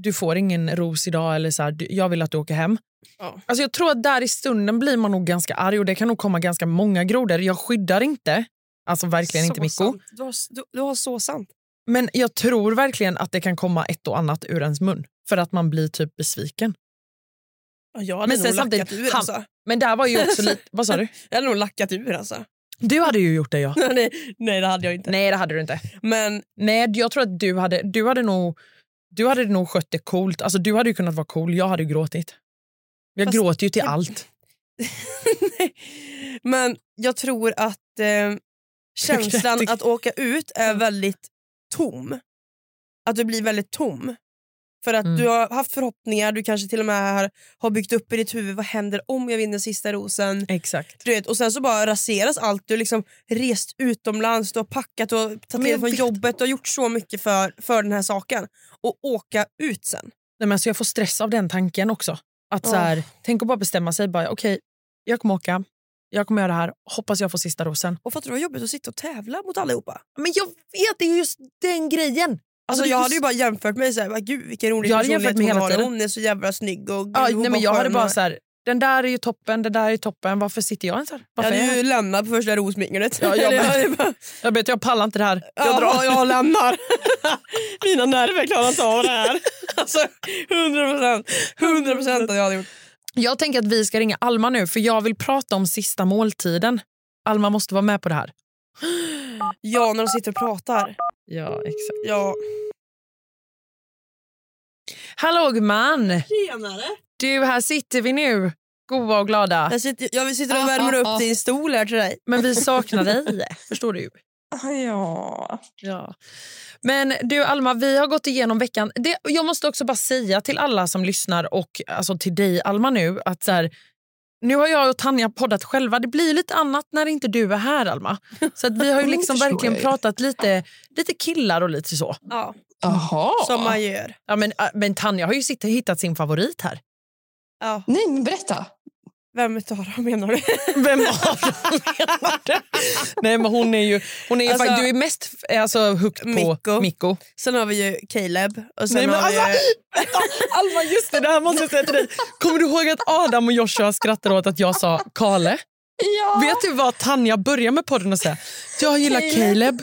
Speaker 2: du får ingen ros idag eller så här, du- jag vill att du åker hem.
Speaker 3: Ja.
Speaker 2: Alltså jag tror att där i stunden blir man nog ganska arg och det kan nog komma ganska många grodor. Jag skyddar inte, alltså verkligen inte
Speaker 3: Så
Speaker 2: Mikko.
Speaker 3: sant. Du, har, s- du, du har så sant.
Speaker 2: Men jag tror verkligen att det kan komma ett och annat ur ens mun för att man blir typ besviken.
Speaker 3: Ja, jag hade
Speaker 2: Men
Speaker 3: nog
Speaker 2: sen
Speaker 3: lackat
Speaker 2: samtidigt,
Speaker 3: ur
Speaker 2: han-
Speaker 3: alltså.
Speaker 2: Men där var ju också lite... Vad sa du?
Speaker 3: Jag hade nog lackat ur alltså.
Speaker 2: Du hade ju gjort det, ja.
Speaker 3: nej, nej, det hade jag inte.
Speaker 2: Nej, det hade du inte.
Speaker 3: Men
Speaker 2: Nej, jag tror att du hade, du hade nog... Du hade nog skött det coolt. Alltså, du hade ju kunnat vara cool. Jag hade ju gråtit. Jag
Speaker 3: Fast-
Speaker 2: gråter ju till
Speaker 3: jag-
Speaker 2: allt.
Speaker 3: Nej. Men jag tror att eh, känslan
Speaker 2: grät i-
Speaker 3: att åka ut är väldigt tom. Att du blir väldigt tom. För att
Speaker 2: Mm.
Speaker 3: du har haft förhoppningar, du kanske till och med har, har byggt upp i ditt huvud vad händer om jag vinner sista rosen.
Speaker 2: Exakt.
Speaker 3: Du vet, och sen så bara raseras allt. Du har liksom rest utomlands, du har packat, du har
Speaker 2: jag
Speaker 3: tagit ledigt från
Speaker 2: vet.
Speaker 3: jobbet, du har gjort så mycket för, för den här saken. Och åka ut sen.
Speaker 2: Nej, men alltså, jag får stress av den tanken också. Att så
Speaker 3: Ja.
Speaker 2: här, Tänk att bara bestämma sig. Bara, Okej, jag kommer åka. Jag kommer göra det här. Hoppas jag får sista rosen.
Speaker 3: Och fattar du vad jobbigt att sitta och tävla mot allihopa?
Speaker 2: Men jag vet, det är just den grejen. Alltså,
Speaker 3: Alltså,
Speaker 2: det är
Speaker 3: jag
Speaker 2: ju
Speaker 3: hade ju bara jämfört mig såhär, gud vilken rolig
Speaker 2: Jag hade jämfört
Speaker 3: personlighet hon
Speaker 2: mig hela
Speaker 3: har.
Speaker 2: tiden.
Speaker 3: Hon är så jävla snygg och
Speaker 2: Ja,
Speaker 3: hon
Speaker 2: nej, men jag
Speaker 3: skön
Speaker 2: hade bara
Speaker 3: och-
Speaker 2: så här, den där är ju toppen, den där är ju toppen. Varför sitter jag ens här?
Speaker 3: Jag
Speaker 2: Varför
Speaker 3: hade
Speaker 2: är jag,
Speaker 3: ju
Speaker 2: här?
Speaker 3: lämnat på första rosminglet.
Speaker 2: Ja, jag
Speaker 3: Eller
Speaker 2: bara-
Speaker 3: hade bara,
Speaker 2: jag vet, jag pallar inte det här. Jag
Speaker 3: ja,
Speaker 2: drar.
Speaker 3: jag lämnar. Mina nerver klarar inte av det här. Alltså 100 procent. 100 procent att jag hade gjort.
Speaker 2: Jag tänker att vi ska ringa Alma nu, för jag vill prata om sista måltiden. Alma måste vara med på det här.
Speaker 3: Ja, när de sitter och pratar.
Speaker 2: Ja, exakt.
Speaker 3: Ja.
Speaker 2: Hallå gumman!
Speaker 3: Tjenare.
Speaker 2: Du, här sitter vi nu. Goa och glada.
Speaker 3: Jag sitter, jag sitter och värmer upp din stol här till dig.
Speaker 2: Men vi saknar dig, förstår du?
Speaker 3: Ja.
Speaker 2: Ah, Ja. Men du Alma, vi har gått igenom veckan. Det, jag måste också bara säga till alla som lyssnar och alltså till dig Alma nu att så här, nu har jag och Tanja poddat själva. Det blir lite annat när inte du är här Alma. Så att vi har ju liksom
Speaker 4: förstår
Speaker 2: verkligen
Speaker 4: jag ju.
Speaker 2: pratat lite, lite killar och lite så.
Speaker 3: ja.
Speaker 5: Mm.
Speaker 4: Jaha.
Speaker 3: Som man gör.
Speaker 2: Ja, men, äh, men Tanja har ju sitt, hittat sin favorit här.
Speaker 3: Ja.
Speaker 5: Nej, men berätta.
Speaker 3: Vem utav dem menar du?
Speaker 2: Vem av dem menar du? Nej men hon är ju, hon är ju
Speaker 3: Alltså-
Speaker 2: fakt- du är mest eh, alltså, hooked på
Speaker 3: Mikko.
Speaker 2: Mikko.
Speaker 3: Sen har vi ju Caleb. Och sen
Speaker 2: Nej, men
Speaker 3: har vi...
Speaker 2: alltså- Alma, just det, det här måste jag säga till dig. Kommer du ihåg att Adam och Joshua skrattade åt att jag sa Kale?
Speaker 5: Ja.
Speaker 2: Vet du vad Tanja börjar med podden och säga? Jag gillar Caleb.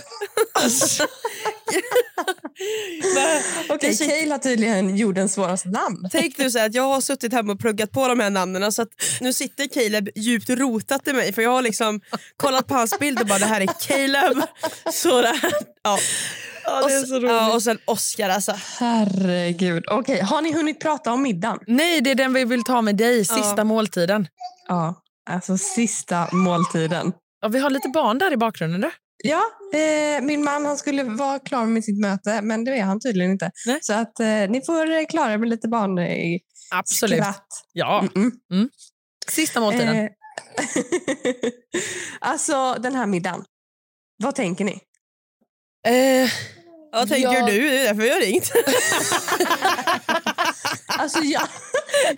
Speaker 5: Okej, Cale har tydligen jordens svåraste namn.
Speaker 3: Tänk nu så här att jag har suttit hemma och pluggat på de här namnen så att nu sitter Caleb djupt rotat i mig för jag har liksom kollat på hans bild och bara det här är Caleb. Så det här, ja. och,
Speaker 2: det är
Speaker 3: s-
Speaker 2: så roligt.
Speaker 3: Ja, och sen Oscar alltså.
Speaker 5: Herregud. Okej, har ni hunnit prata om middagen?
Speaker 2: Nej, det är den vi vill ta med dig, sista
Speaker 3: Ja.
Speaker 2: måltiden.
Speaker 5: Ja, alltså sista måltiden.
Speaker 2: Ja, vi har lite barn där i bakgrunden. Du.
Speaker 5: Ja, eh, min man han skulle vara klar med sitt möte, men det är han tydligen inte.
Speaker 2: Nej.
Speaker 5: Så att eh, ni får eh, klara er med lite barn i
Speaker 2: Absolut.
Speaker 5: skratt.
Speaker 2: Ja. Mm.
Speaker 5: Mm-mm.
Speaker 2: Sista måltiden.
Speaker 5: Eh, alltså, den här middagen. Vad tänker ni?
Speaker 2: Eh,
Speaker 3: Vad tänker
Speaker 2: Ja.
Speaker 3: du? Det är därför jag har ringt.
Speaker 5: Alltså jag,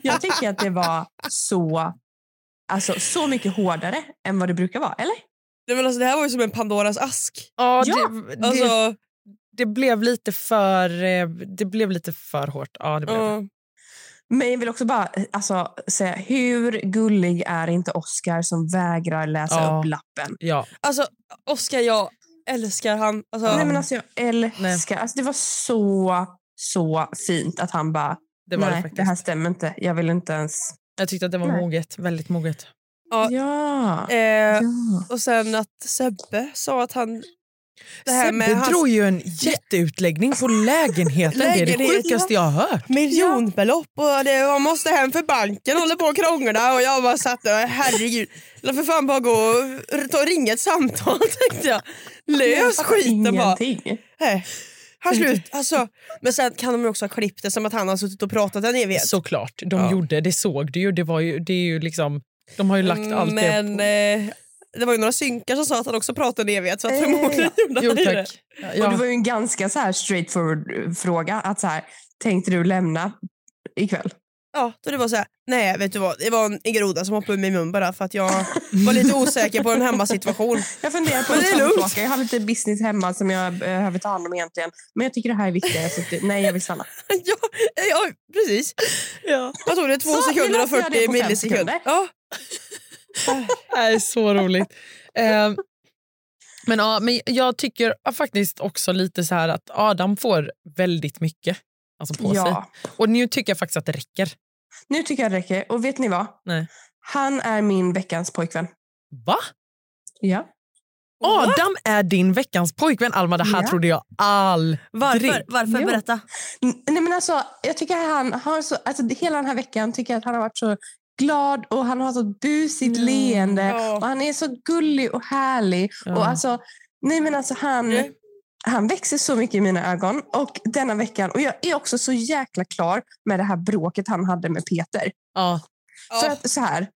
Speaker 5: jag tycker att det var så, alltså, så mycket hårdare än vad det brukar vara, eller?
Speaker 3: Nej, men alltså, det här var ju som en Pandoras ask.
Speaker 2: ja,
Speaker 5: Ja,
Speaker 2: det, det,
Speaker 3: Alltså,
Speaker 2: det blev lite för eh, det blev lite för hårt. Ja, det blev. det.
Speaker 3: ja.
Speaker 5: Men jag vill också bara eh, alltså, säga, hur gullig är inte Oscar som vägrar läsa
Speaker 2: Ja.
Speaker 5: upp lappen?
Speaker 2: Ja.
Speaker 3: alltså Oscar jag älskar han. Alltså,
Speaker 5: Nej men alltså jag älskar, alltså, det var så, så fint att han bara,
Speaker 2: Det var det
Speaker 5: nej det,
Speaker 2: faktiskt.
Speaker 5: här stämmer inte, jag vill inte ens.
Speaker 2: Jag tyckte att det var
Speaker 5: Nej.
Speaker 2: moget. Väldigt moget.
Speaker 3: Ja.
Speaker 5: Ja.
Speaker 3: eh,
Speaker 5: ja.
Speaker 3: och sen att Sebbe sa att han... Det här
Speaker 2: Sebbe
Speaker 3: med hans
Speaker 2: drog ju en jätteutläggning på lägenheten. Det är det
Speaker 3: Lägenhet,
Speaker 2: sjukaste jag har hört.
Speaker 3: miljonbelopp och det, man måste hem för banken håller på och krångla och jag bara satt där herregud. Låt för fan bara gå och ta och ringa ett samtal tänkte jag. Lös
Speaker 5: Jag fattar
Speaker 3: skiten bara.
Speaker 5: ingenting.
Speaker 3: Hej. Här slut. Alltså, men sen kan de ju också ha klippt det som att han har suttit och pratat en evighet.
Speaker 2: Såklart, de
Speaker 3: Ja.
Speaker 2: gjorde det. såg du ju. Det, var ju, det är ju liksom, de har ju lagt allt det.
Speaker 3: Mm, men eh, det var ju några synkar som sa att han också pratade en evighet så att förmodligen gjorde
Speaker 2: Eh, Jo,
Speaker 3: han ju det.
Speaker 2: tack.
Speaker 5: Och
Speaker 2: Ja.
Speaker 5: det var ju en ganska så här straightforward eh, fråga. Att så här, tänkte du lämna ikväll?
Speaker 3: Ja, då det var så här, nej vet du vad, det var en en groda som hoppade ur min mun bara för att jag var lite osäker på en hemmasituation.
Speaker 5: Jag funderar på
Speaker 3: Men det är
Speaker 5: att ta
Speaker 3: lugnt.
Speaker 5: tillbaka. Jag har lite business hemma som jag eh, behöver ta hand om egentligen. Men jag tycker det här är viktigare. Så att, det- nej, jag vill stanna.
Speaker 3: ja, eh, ja, precis.
Speaker 2: Ja.
Speaker 3: Vad tog det? Två
Speaker 5: Så, nu
Speaker 3: sekunder och
Speaker 5: löser jag det
Speaker 3: 40
Speaker 5: på fem
Speaker 3: millisekunder.
Speaker 5: sekunder.
Speaker 3: Ja.
Speaker 2: Nej, så roligt. Eh, men, ja, men jag tycker ja, faktiskt också lite så här att Adam får väldigt mycket alltså på sig.
Speaker 5: Ja.
Speaker 2: Och nu tycker jag faktiskt att det räcker.
Speaker 5: Nu tycker jag det räcker. Och vet ni vad?
Speaker 2: Nej.
Speaker 5: Han är min veckans pojkvän.
Speaker 2: Va?
Speaker 5: Ja.
Speaker 2: Adam är din veckans pojkvän, Alma. Det här
Speaker 5: Ja.
Speaker 2: trodde jag aldrig.
Speaker 3: Varför? Varför?
Speaker 5: Jo.
Speaker 3: Berätta.
Speaker 5: N- Nej, men alltså, jag tycker han har så, alltså, hela den här veckan tycker jag att han har varit så glad och han har så busigt
Speaker 3: Mm.
Speaker 5: leende.
Speaker 3: Ja.
Speaker 5: Och han är så gullig och härlig.
Speaker 2: Ja.
Speaker 5: Och alltså, nej men alltså han,
Speaker 3: Mm.
Speaker 5: han växer så mycket i mina ögon. Och denna veckan, och jag är också så jäkla klar med det här bråket han hade med Peter.
Speaker 2: Ja.
Speaker 5: För
Speaker 3: Ja.
Speaker 5: att så här,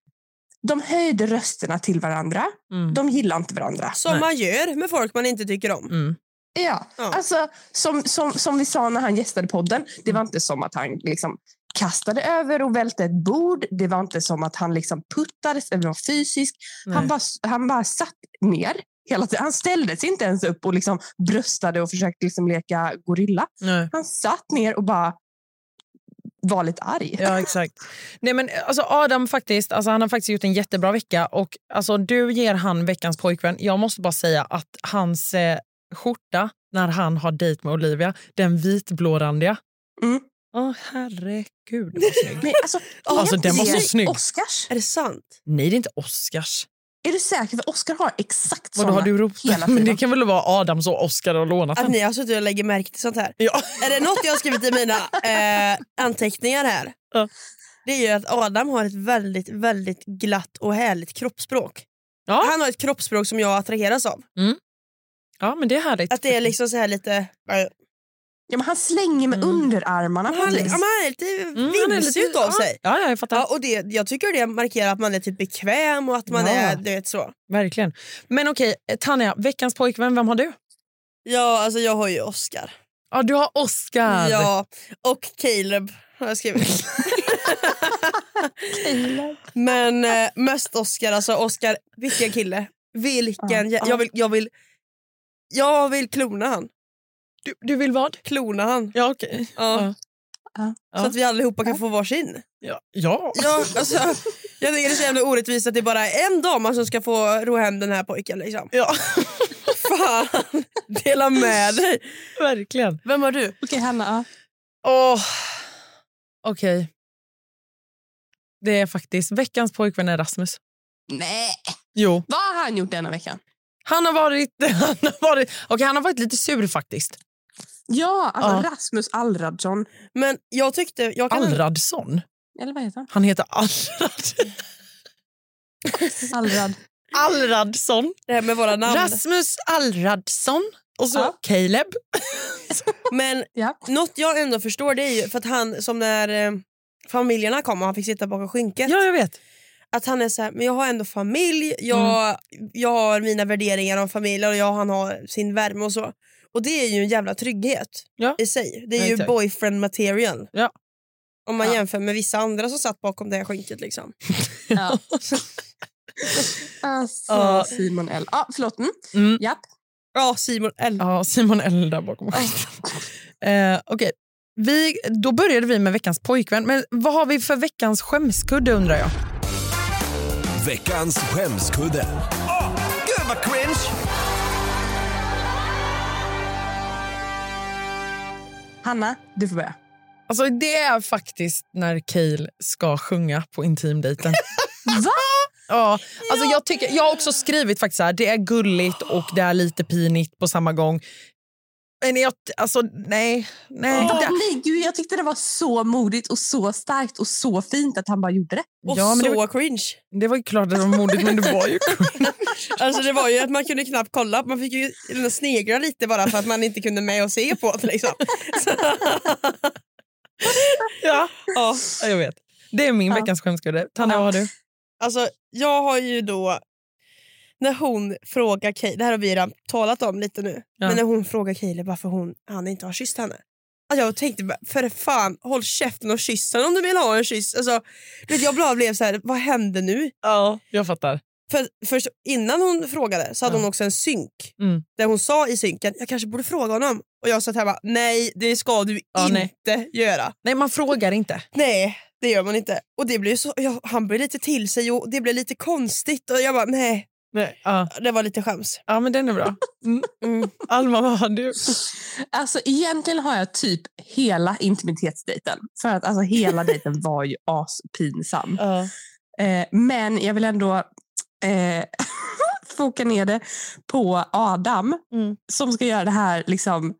Speaker 5: de höjde rösterna till varandra.
Speaker 2: Mm.
Speaker 5: De gillar inte varandra.
Speaker 3: Som man gör med folk man inte tycker om.
Speaker 2: Mm.
Speaker 5: Ja,
Speaker 3: Ja.
Speaker 5: alltså som, som, som vi sa när han gästade podden, det var inte som att han liksom kastade över och välte ett bord. Det var inte som att han liksom puttades eller var fysisk. Han
Speaker 2: Nej.
Speaker 5: bara, han bara satt ner hela tiden. Han ställde sig inte ens upp och liksom bröstade och försökte liksom leka gorilla.
Speaker 2: Nej.
Speaker 5: Han satt ner och bara var lite arg.
Speaker 2: Ja, exakt. Nej, men, alltså Adam faktiskt, alltså, han har faktiskt gjort en jättebra vecka. Och alltså, Du ger han veckans pojkvän. Jag måste bara säga att hans eh, skjorta när han har dejt med Olivia, den vitblårandiga...
Speaker 5: Mm.
Speaker 2: Åh, herregud vad snygg.
Speaker 5: Nej, alltså,
Speaker 2: Alltså, den var
Speaker 5: är
Speaker 2: så
Speaker 5: det
Speaker 2: snygg.
Speaker 5: Oscars?
Speaker 3: Är det sant?
Speaker 2: Nej, det är inte Oscars.
Speaker 5: Är du säker? För Oscar har exakt
Speaker 2: Vadå, har
Speaker 5: såna.
Speaker 2: du ropt?
Speaker 5: hela
Speaker 2: Men det
Speaker 5: tiden.
Speaker 2: kan väl vara Adams och Oscar och lånat
Speaker 3: Att
Speaker 2: den?
Speaker 3: ni har suttit och lägger märke till sånt här.
Speaker 2: Ja.
Speaker 3: Är det något jag har skrivit i mina eh, anteckningar här?
Speaker 2: Ja.
Speaker 3: Det är ju att Adam har ett väldigt, väldigt glatt och härligt kroppsspråk.
Speaker 2: Ja.
Speaker 3: Han har ett kroppsspråk som jag attraheras av.
Speaker 2: ja, men det är härligt.
Speaker 3: Att det är liksom så här lite...
Speaker 5: Ja, men han slänger med
Speaker 2: Mm.
Speaker 5: underarmarna.
Speaker 3: Han, han,
Speaker 5: precis.
Speaker 3: ja, men han är lite
Speaker 2: Mm, han är
Speaker 3: vimsig
Speaker 2: lite-
Speaker 3: utav
Speaker 2: ja.
Speaker 3: sig.
Speaker 2: Ja, ja, jag fattar.
Speaker 3: Ja, och det, jag tycker det markerar att man är typ bekväm och att man
Speaker 2: Ja.
Speaker 3: är du vet, så.
Speaker 2: Verkligen. Men okej, eh, Tanja, veckans pojkvän, vem har du?
Speaker 3: Ja, alltså jag har ju Oscar.
Speaker 2: Ja, du har Oscar.
Speaker 3: Ja, och Caleb har jag skrivit. Men eh, mest Oscar, alltså Oscar, vilken kille. Vilken,
Speaker 5: Ja.
Speaker 3: jag, jag vill, jag vill, jag vill klona han.
Speaker 2: Du, du vill vad?
Speaker 3: Klona han.
Speaker 2: Ja, okej.
Speaker 3: Ja.
Speaker 2: Ja.
Speaker 5: Ja.
Speaker 3: Så att vi allihopa kan få varsin.
Speaker 2: Ja. ja.
Speaker 3: Ja, alltså, jag tycker det är så jävla orättvist att det är bara är en dam som ska få ro hem den här pojken. Liksom.
Speaker 2: Ja.
Speaker 3: Fan, dela med dig.
Speaker 2: Verkligen.
Speaker 3: Vem har du?
Speaker 5: Okej, Hanna. ja.
Speaker 2: Åh. Okej. Det är faktiskt veckans pojkvän är Rasmus.
Speaker 5: Nej.
Speaker 2: Jo.
Speaker 5: Vad har han gjort denna veckan?
Speaker 2: Han har varit, han har varit, okej, han har varit lite sur faktiskt.
Speaker 5: Ja, alltså
Speaker 2: Ja.
Speaker 5: Rasmus Allradsson.
Speaker 3: Men jag tyckte... Jag kan
Speaker 2: Allradsson.
Speaker 5: Eller vad heter han?
Speaker 2: Han heter Allrad.
Speaker 5: Allrad.
Speaker 2: Allradsson.
Speaker 3: Det här med våra namn.
Speaker 2: Rasmus Allradsson. Och så
Speaker 5: Ja.
Speaker 2: Caleb.
Speaker 3: Men
Speaker 5: Ja.
Speaker 3: något jag ändå förstår det är ju för att han som när eh, familjerna kom och han fick sitta bakom skynket.
Speaker 2: Ja, jag vet.
Speaker 3: Att han är så här, men jag har ändå familj, jag,
Speaker 2: Mm.
Speaker 3: jag har mina värderingar om familj och jag, han har sin värme och så. Och det är ju en jävla trygghet
Speaker 2: Ja.
Speaker 3: i sig. Det är
Speaker 2: Ja,
Speaker 3: ju
Speaker 2: exakt.
Speaker 3: boyfriend material.
Speaker 2: Ja.
Speaker 3: Om man
Speaker 2: Ja.
Speaker 3: jämför med vissa andra som satt bakom det här skynket. Liksom.
Speaker 5: Ja. alltså,
Speaker 2: Ja.
Speaker 5: Simon L. Ja, förlåt. Mm.
Speaker 2: Mm.
Speaker 5: Japp.
Speaker 3: Ja, Simon L.
Speaker 2: Ja, Simon L där bakom skylten. eh, Okej, Vi- då började vi med veckans pojkvän. Men vad har vi för veckans skämskudde undrar jag?
Speaker 6: Veckans skämskudde. Åh, gud vad cringe!
Speaker 5: Hanna, du får börja.
Speaker 2: Alltså det är faktiskt när Kael ska sjunga på intimdejten.
Speaker 5: Va?
Speaker 2: Ja, alltså jag, tycker, jag har också skrivit faktiskt så här, det är gulligt och det är lite pinigt på samma gång. Men jag, alltså nej, nej.
Speaker 5: Åh,
Speaker 2: det-
Speaker 5: nej, gud, jag tyckte det var så modigt och så starkt och så fint att han bara gjorde det.
Speaker 3: Och
Speaker 2: Ja, men
Speaker 3: så
Speaker 2: det, var,
Speaker 3: cringe.
Speaker 2: det var ju klart att det var modigt men det var ju
Speaker 3: Alltså det var ju att man kunde knappt kolla. Man fick ju snegla lite bara för att man inte kunde med och se på det. Liksom.
Speaker 2: ja.
Speaker 3: Ja.
Speaker 2: ja, jag vet. Det är min
Speaker 5: Ja.
Speaker 2: veckans skämskudde. Tanja, vad har du?
Speaker 3: Alltså, jag har ju då... När hon frågar Kay, det här har vi redan talat om lite nu.
Speaker 2: Ja.
Speaker 3: Men när hon frågar Kaeli varför hon, han inte har kysst henne. Alltså jag tänkte bara, för fan, håll käften och kyss honom om du vill ha en kyss. Alltså, du vet, jag bara blev så här, vad hände nu?
Speaker 2: Ja. Jag fattar.
Speaker 3: För, för innan hon frågade så hade
Speaker 2: Ja.
Speaker 3: hon också en synk.
Speaker 2: Mm.
Speaker 3: Där hon sa i synken, jag kanske borde fråga honom. Och jag satt här och bara, nej det ska du
Speaker 2: Ja, nej.
Speaker 3: inte göra.
Speaker 2: Nej, man frågar inte.
Speaker 3: Nej, det gör man inte. Och det blev så, ja, han blev lite till sig och det blev lite konstigt. Och jag bara, nej,
Speaker 2: Nej. Ja.
Speaker 3: det var lite skäms.
Speaker 2: ja, men den är bra. Mm.
Speaker 3: Mm.
Speaker 2: Alma, vad har du?
Speaker 5: Alltså egentligen har jag typ hela intimitetsdejten. För att alltså hela dejten var ju aspinsam. Eh, men jag vill ändå eh, foka ner det på Adam
Speaker 3: Mm.
Speaker 5: som ska göra det här liksom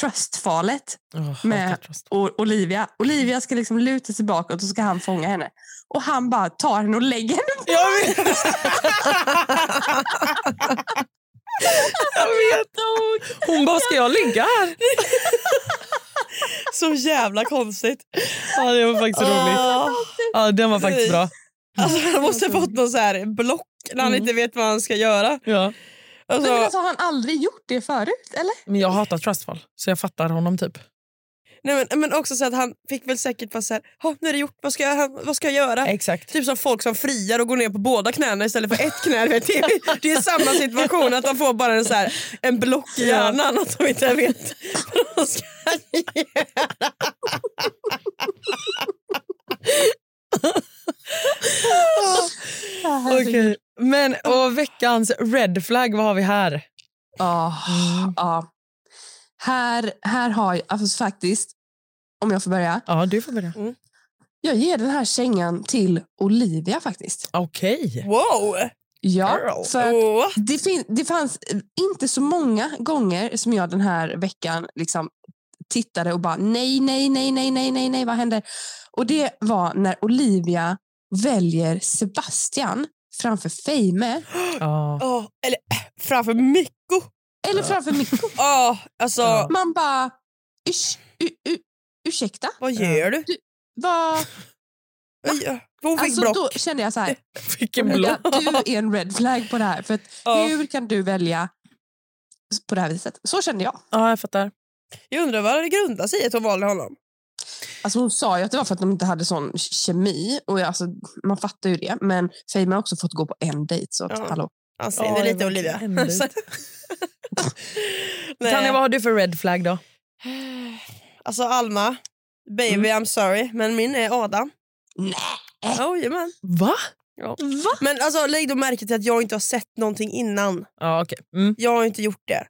Speaker 5: trustfalet
Speaker 2: Oh,
Speaker 5: Med- och Olivia. Olivia ska liksom luta sig bakåt och ska han fånga henne. Och han bara tar henne och lägger henne.
Speaker 2: Jag vet! jag vet. Hon bara, ska jag ligga här?
Speaker 3: Så jävla konstigt.
Speaker 2: Ja, det var faktiskt roligt.
Speaker 3: Ah.
Speaker 2: Ja, den var faktiskt bra.
Speaker 3: Alltså, han måste ha fått någon så här block när han
Speaker 2: Mm.
Speaker 3: inte vet vad han ska göra.
Speaker 2: Ja.
Speaker 5: Men
Speaker 3: Alltså,
Speaker 5: alltså, har han aldrig gjort det förut? Eller?
Speaker 2: Men jag hatar trustfall, så jag fattar honom typ.
Speaker 3: nej, men, men också så att han fick väl säkert bara så här, "Ha, nu är det gjort, vad ska jag, vad ska jag göra?
Speaker 2: Exakt.
Speaker 3: Typ som folk som friar och går ner på båda knäna istället för ett knä. Vet, det, är, det är samma situation, att de får bara en, så här, en block i hjärnan att de inte vet vad de ska göra.
Speaker 2: Okej. Men och veckans red flag, vad har vi här?
Speaker 5: Ja, ja. Ah. Här, här har jag alltså faktiskt, om jag får börja.
Speaker 2: Ja, du får börja.
Speaker 5: Jag ger den här kängan till Olivia faktiskt.
Speaker 2: Okej.
Speaker 3: Wow!
Speaker 5: Ja, för att
Speaker 3: Åh.
Speaker 5: det, fin- det fanns eh, inte så många gånger som jag den här veckan liksom tittade och bara nej, nej, nej, nej, nej, nej, nej, vad händer? Och det var när Olivia väljer Sebastian framför Feime
Speaker 2: Ja.
Speaker 3: Åh, eller äh, framför Mikko.
Speaker 5: eller framför Mikko.
Speaker 3: Åh, alltså,
Speaker 2: Ja.
Speaker 5: Man bara, "Usch, u- u- ursäkta?
Speaker 3: vad gör du?
Speaker 5: Vad?
Speaker 3: Oj, Hon fick
Speaker 5: Alltså,
Speaker 3: block.
Speaker 5: då kände jag så här,
Speaker 2: Vilken blå.
Speaker 5: Olivia, du är en red flag på det här. För att
Speaker 3: Ja.
Speaker 5: hur kan du välja på det här viset? Så kände jag.
Speaker 2: Ja, jag fattar.
Speaker 3: Jag undrar vad det grundar sig i att hon valde honom.
Speaker 5: Alltså hon sa ju att det var för att de inte hade sån ke- kemi. Och jag, alltså, man fattar ju det. Men Fame har också fått gå på en dejt. Så att,
Speaker 3: Ja.
Speaker 5: hallå.
Speaker 3: Han ser
Speaker 2: Ja,
Speaker 3: väl
Speaker 2: det
Speaker 3: lite
Speaker 2: var
Speaker 3: Olivia.
Speaker 2: en bit.
Speaker 3: Så- Nej.
Speaker 2: Tanja, vad har du för red flag då?
Speaker 3: Alltså Alma, baby
Speaker 2: Mm.
Speaker 3: I'm sorry, men min är Adam. Nej! Jajamän.
Speaker 2: Va?
Speaker 3: Men alltså, lägg då märke till att jag inte har sett någonting innan.
Speaker 2: Ja, okej. Mm. Mm-hmm.
Speaker 3: Jag har inte gjort det.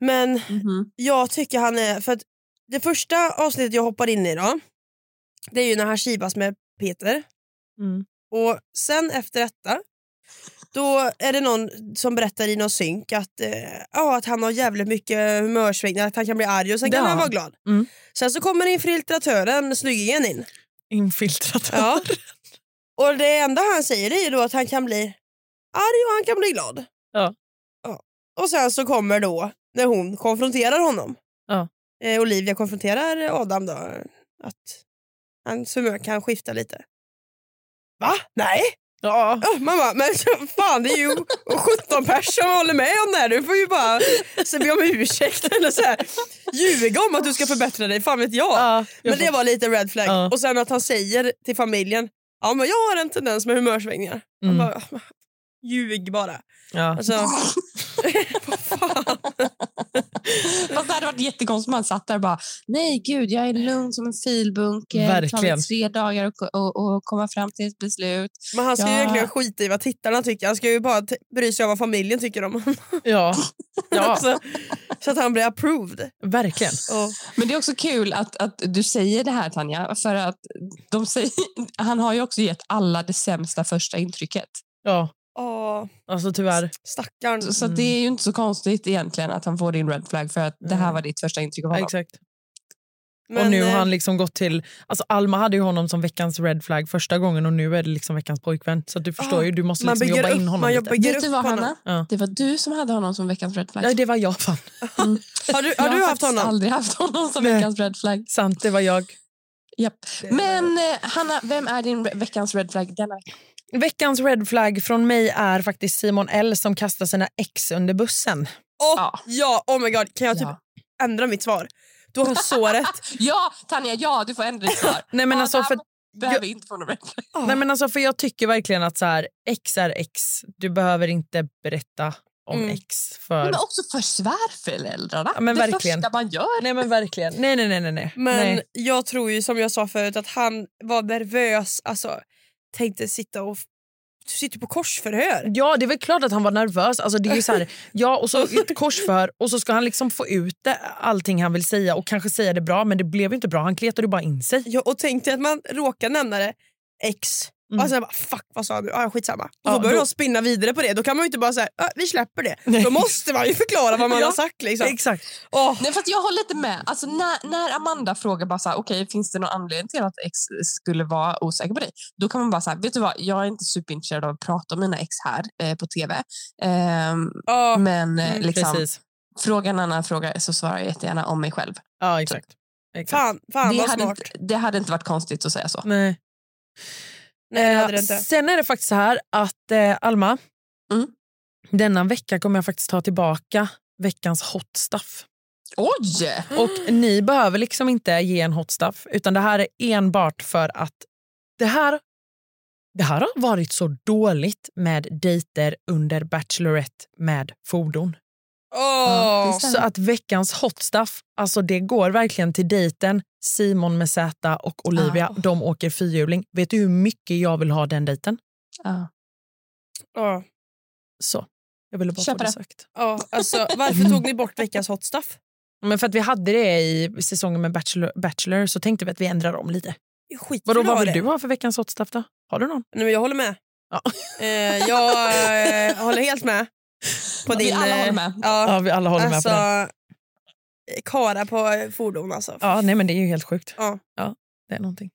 Speaker 3: Men
Speaker 5: Mhm.
Speaker 3: jag tycker han är... För att det första avsnittet jag hoppar in i då, det är ju när han kivas med Peter.
Speaker 2: Mm.
Speaker 3: Och sen efter detta, då är det någon som berättar i någon synk att, eh, ja, att han har jävligt mycket humörsvängningar, att han kan bli arg och sen kan
Speaker 2: Ja.
Speaker 3: han vara glad.
Speaker 2: Mm.
Speaker 3: Sen så kommer infiltratören, snyggingen, in.
Speaker 2: Infiltrat.
Speaker 3: Ja. Och det enda han säger är ju då att han kan bli arg och han kan bli glad.
Speaker 2: Ja.
Speaker 3: Ja. Och sen så kommer då när hon konfronterar honom.
Speaker 2: Ja.
Speaker 3: Eh, Olivia konfronterar Adam då. Att hans humör kan skifta lite. Va? Nej!
Speaker 2: Ja.
Speaker 3: Ja, man bara, men fan det är ju 17 personer som håller med om det här. Du får ju bara så be om ursäkt eller så här. ljuga om att du ska förbättra dig. Fan vet jag.
Speaker 2: Ja, jag
Speaker 3: Men det
Speaker 2: fattar.
Speaker 3: var lite red flag.
Speaker 2: Ja.
Speaker 3: Och sen att han säger till familjen ja men jag har en tendens med humörsvängningar. Man
Speaker 2: Mm.
Speaker 3: Bara, "Ah, Ljug bara.
Speaker 2: Ja.
Speaker 3: Alltså, vad fan?
Speaker 5: Fast det hade varit jättekonstigt om man satt där och bara nej gud jag är lugn som en filbunke. Det tar
Speaker 2: Verkligen.
Speaker 5: mig tre dagar att ko- och, och komma fram till ett beslut.
Speaker 3: Men han ska ju
Speaker 5: Ja.
Speaker 3: egentligen skita i vad tittarna tycker. Han ska ju bara t- bry sig om vad familjen tycker om honom.
Speaker 2: Ja. ja,
Speaker 3: Alltså, så att han blir approved.
Speaker 2: verkligen.
Speaker 3: Och,
Speaker 5: Men det är också kul att, att du säger det här Tanja. För att de säger, han har ju också gett alla det sämsta första intrycket.
Speaker 2: Ja,
Speaker 3: åh,
Speaker 2: alltså tyvärr.
Speaker 3: stackarn.
Speaker 5: Så, så
Speaker 2: Mm.
Speaker 5: att det är ju inte så konstigt egentligen att han får din red flag för att det här
Speaker 2: Mm.
Speaker 5: var ditt första intryck av
Speaker 2: Ja,
Speaker 5: honom.
Speaker 2: exakt.
Speaker 3: Men,
Speaker 2: och nu har
Speaker 3: eh,
Speaker 2: han liksom gått till... Alltså Alma hade ju honom som veckans red flag första gången och nu är det liksom veckans pojkvän. Så att du förstår
Speaker 3: Ah,
Speaker 2: ju, du måste
Speaker 3: man
Speaker 2: liksom
Speaker 3: bygger
Speaker 2: jobba
Speaker 3: upp-
Speaker 2: in honom
Speaker 3: man
Speaker 2: lite.
Speaker 3: jobbar- bygger
Speaker 5: Vet du
Speaker 3: upp
Speaker 5: vad
Speaker 3: honom.
Speaker 5: Hanna?
Speaker 2: Ja.
Speaker 5: Det var du som hade honom som veckans red flag.
Speaker 2: Nej, det var jag fan.
Speaker 3: har du,
Speaker 5: Jag
Speaker 3: har du haft
Speaker 5: faktiskt
Speaker 3: honom?
Speaker 5: aldrig haft honom som
Speaker 2: Nej.
Speaker 5: veckans red flag.
Speaker 2: Sant, det var jag.
Speaker 5: Japp. Men eh, Hanna, vem är din re- veckans red flag denna vecka?
Speaker 2: Veckans red flag från mig är faktiskt Simon L som kastar sina ex under bussen.
Speaker 3: Åh,
Speaker 5: Ja.
Speaker 3: ja, oh my god. Kan jag typ
Speaker 5: Ja.
Speaker 3: ändra mitt svar? Du har så rätt.
Speaker 5: Ja, Tanja, ja, du får ändra ditt svar.
Speaker 2: Nej, men alltså,
Speaker 5: Adam
Speaker 2: för,
Speaker 5: behöver inte få någon rätt.
Speaker 3: Ah.
Speaker 2: nej, men alltså, för jag tycker verkligen att så här, X är X. Du behöver inte berätta om
Speaker 3: Mm.
Speaker 2: X. för...
Speaker 5: Men också för svärföräldrarna.
Speaker 2: Ja, men
Speaker 5: det
Speaker 2: verkligen.
Speaker 5: första man gör.
Speaker 2: Nej, men verkligen. Nej, nej, nej. nej, nej.
Speaker 3: Men
Speaker 2: nej.
Speaker 3: jag tror ju som jag sa förut att han var nervös. Alltså, tänkte sitta och... Du sitter på korsförhör.
Speaker 2: Ja, det är väl klart att han var nervös. Alltså, det är ju så här, ja, och så ett korsförhör och så ska han liksom få ut det, allting han vill säga och kanske säga det bra, men det blev ju inte bra. Han kletade ju bara in sig.
Speaker 3: Ja, och tänk dig att man råkar nämna det X.
Speaker 2: Mm.
Speaker 3: Och sen bara, fuck vad sa du? Ah, ja, skitsamma. Och
Speaker 2: Ja,
Speaker 3: så börjar
Speaker 2: då-
Speaker 3: de spinna vidare på det. Då kan man ju inte bara säga ah, vi släpper det. Då måste man ju förklara vad man
Speaker 2: Ja,
Speaker 3: har sagt. Liksom.
Speaker 2: Exakt.
Speaker 3: Åh,
Speaker 5: Nej, fast jag håller inte med. Alltså, när, när Amanda frågar bara så här, okej, finns det någon anledning till att ex skulle vara osäker på dig? Då kan man bara säga, vet du vad, jag är inte superintresserad av att prata om mina ex här eh, på tv. Ehm,
Speaker 3: ja.
Speaker 5: men eh,
Speaker 3: mm,
Speaker 5: liksom,
Speaker 2: Precis.
Speaker 5: fråga en annan fråga så svarar jag jättegärna om mig själv.
Speaker 2: Ja, exakt. exakt.
Speaker 3: Fan, fan
Speaker 5: det,
Speaker 3: vad
Speaker 5: hade
Speaker 3: smart.
Speaker 5: inte, det hade inte varit konstigt att säga så.
Speaker 2: Nej.
Speaker 3: Nej, det hade det
Speaker 2: Eh,
Speaker 3: inte.
Speaker 2: Sen är det faktiskt så här att eh, Alma,
Speaker 5: Mm.
Speaker 2: denna vecka kommer jag faktiskt ta tillbaka veckans hot stuff.
Speaker 5: Oj!
Speaker 2: Och ni behöver liksom inte ge en hot stuff, utan det här är enbart för att det här, det här har varit så dåligt med dejter under Bachelorette med fordon.
Speaker 3: Åh.
Speaker 5: det stämmer.
Speaker 2: Så att veckans hot stuff, alltså det går verkligen till dejten Simon med Z och Olivia.
Speaker 5: Ah.
Speaker 2: De åker fyrhjuling. Vet du hur mycket jag vill ha den dejten?
Speaker 5: Ja.
Speaker 3: Ja,
Speaker 2: Så. Jag ville bara få
Speaker 5: Köper
Speaker 2: det
Speaker 5: det.
Speaker 2: sagt.
Speaker 3: ja, alltså, varför tog ni bort veckans hot stuff?
Speaker 2: Men för att vi hade det i säsongen med Bachelor, Bachelor så tänkte vi att vi ändrar om lite.
Speaker 3: Skit
Speaker 2: Vadå, vad vill du ha för veckans hotstaff då? Har du någon?
Speaker 3: Nej, men jag håller med.
Speaker 2: Ja.
Speaker 3: Eh, jag eh, håller helt med. På
Speaker 5: Vi
Speaker 3: din,
Speaker 5: alla
Speaker 3: eh,
Speaker 5: håller med.
Speaker 3: Ja,
Speaker 2: vi alla håller
Speaker 3: alltså, eh, Kara på eh, fordon alltså.
Speaker 2: Ja, nej men det är ju helt sjukt.
Speaker 3: Ja.
Speaker 2: det är någonting.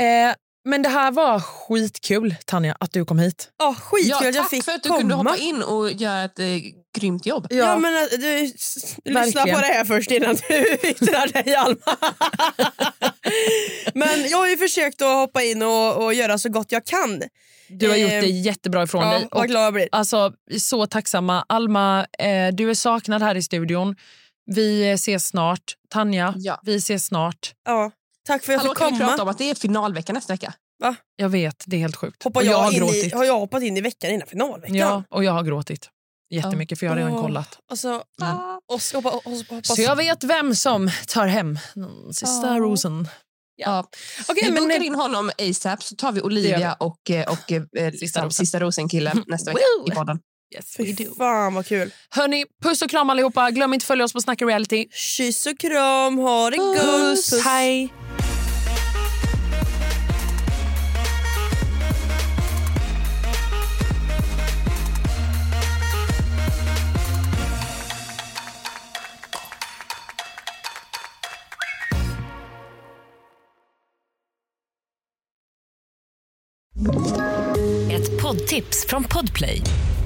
Speaker 2: Eh, men det här var skitkul Tanja, att du kom hit.
Speaker 3: Ja, skitkul
Speaker 5: Ja,
Speaker 3: att jag
Speaker 5: tack
Speaker 3: fick
Speaker 5: för att du
Speaker 3: komma.
Speaker 5: kunde hoppa in och göra ett eh, grymt jobb.
Speaker 3: Ja. men eh, du, s- lyssna
Speaker 2: Verkligen.
Speaker 3: på det här först innan du yttrar dig Alma. men jag har ju försökt att hoppa in och, och göra så gott jag kan.
Speaker 2: Du har gjort
Speaker 3: Eh,
Speaker 2: det jättebra ifrån
Speaker 3: Ja,
Speaker 2: dig. Och,
Speaker 3: vad glad jag blir.
Speaker 2: alltså, vi är så tacksamma. Alma, eh, du är saknad här i studion. Vi eh, ses snart. Tanja,
Speaker 5: Ja.
Speaker 2: vi ses snart.
Speaker 3: Ja. Tack för att jag
Speaker 5: Hallå,
Speaker 3: fick
Speaker 5: kan vi prata
Speaker 3: komma.
Speaker 5: om att det är finalvecka nästa vecka?
Speaker 2: Jag vet, det är helt sjukt.
Speaker 3: Hoppar
Speaker 2: Och
Speaker 3: jag
Speaker 2: jag har
Speaker 3: in i,
Speaker 2: gråtit.
Speaker 3: har jag hoppat in i veckan innan finalveckan?
Speaker 2: Ja, och jag har gråtit jättemycket för jag har redan
Speaker 3: Åh.
Speaker 2: kollat.
Speaker 3: Alltså,
Speaker 5: Ah.
Speaker 3: och så hoppa- och så hoppas-
Speaker 2: Så jag vet vem som tar hem den sista
Speaker 5: Ja.
Speaker 2: rosen.
Speaker 5: Ja.
Speaker 2: Okej,
Speaker 5: vi
Speaker 2: men-
Speaker 5: bokar in honom ASAP så tar
Speaker 2: Det
Speaker 5: vi
Speaker 2: gör
Speaker 5: Olivia och, eh, och
Speaker 2: Sista
Speaker 5: eh, sista,
Speaker 2: rosen.
Speaker 5: sista rosen-killen nästa vecka i
Speaker 2: Woo!
Speaker 5: podden.
Speaker 2: Yes,
Speaker 3: Fy fan vad kul.
Speaker 2: Hörni, puss och kram allihopa. Glöm inte att följa oss på Snacka Reality.
Speaker 3: Kyss och kram, ha det gott. Puss.
Speaker 2: Hej!
Speaker 1: Ett poddtips från Podplay.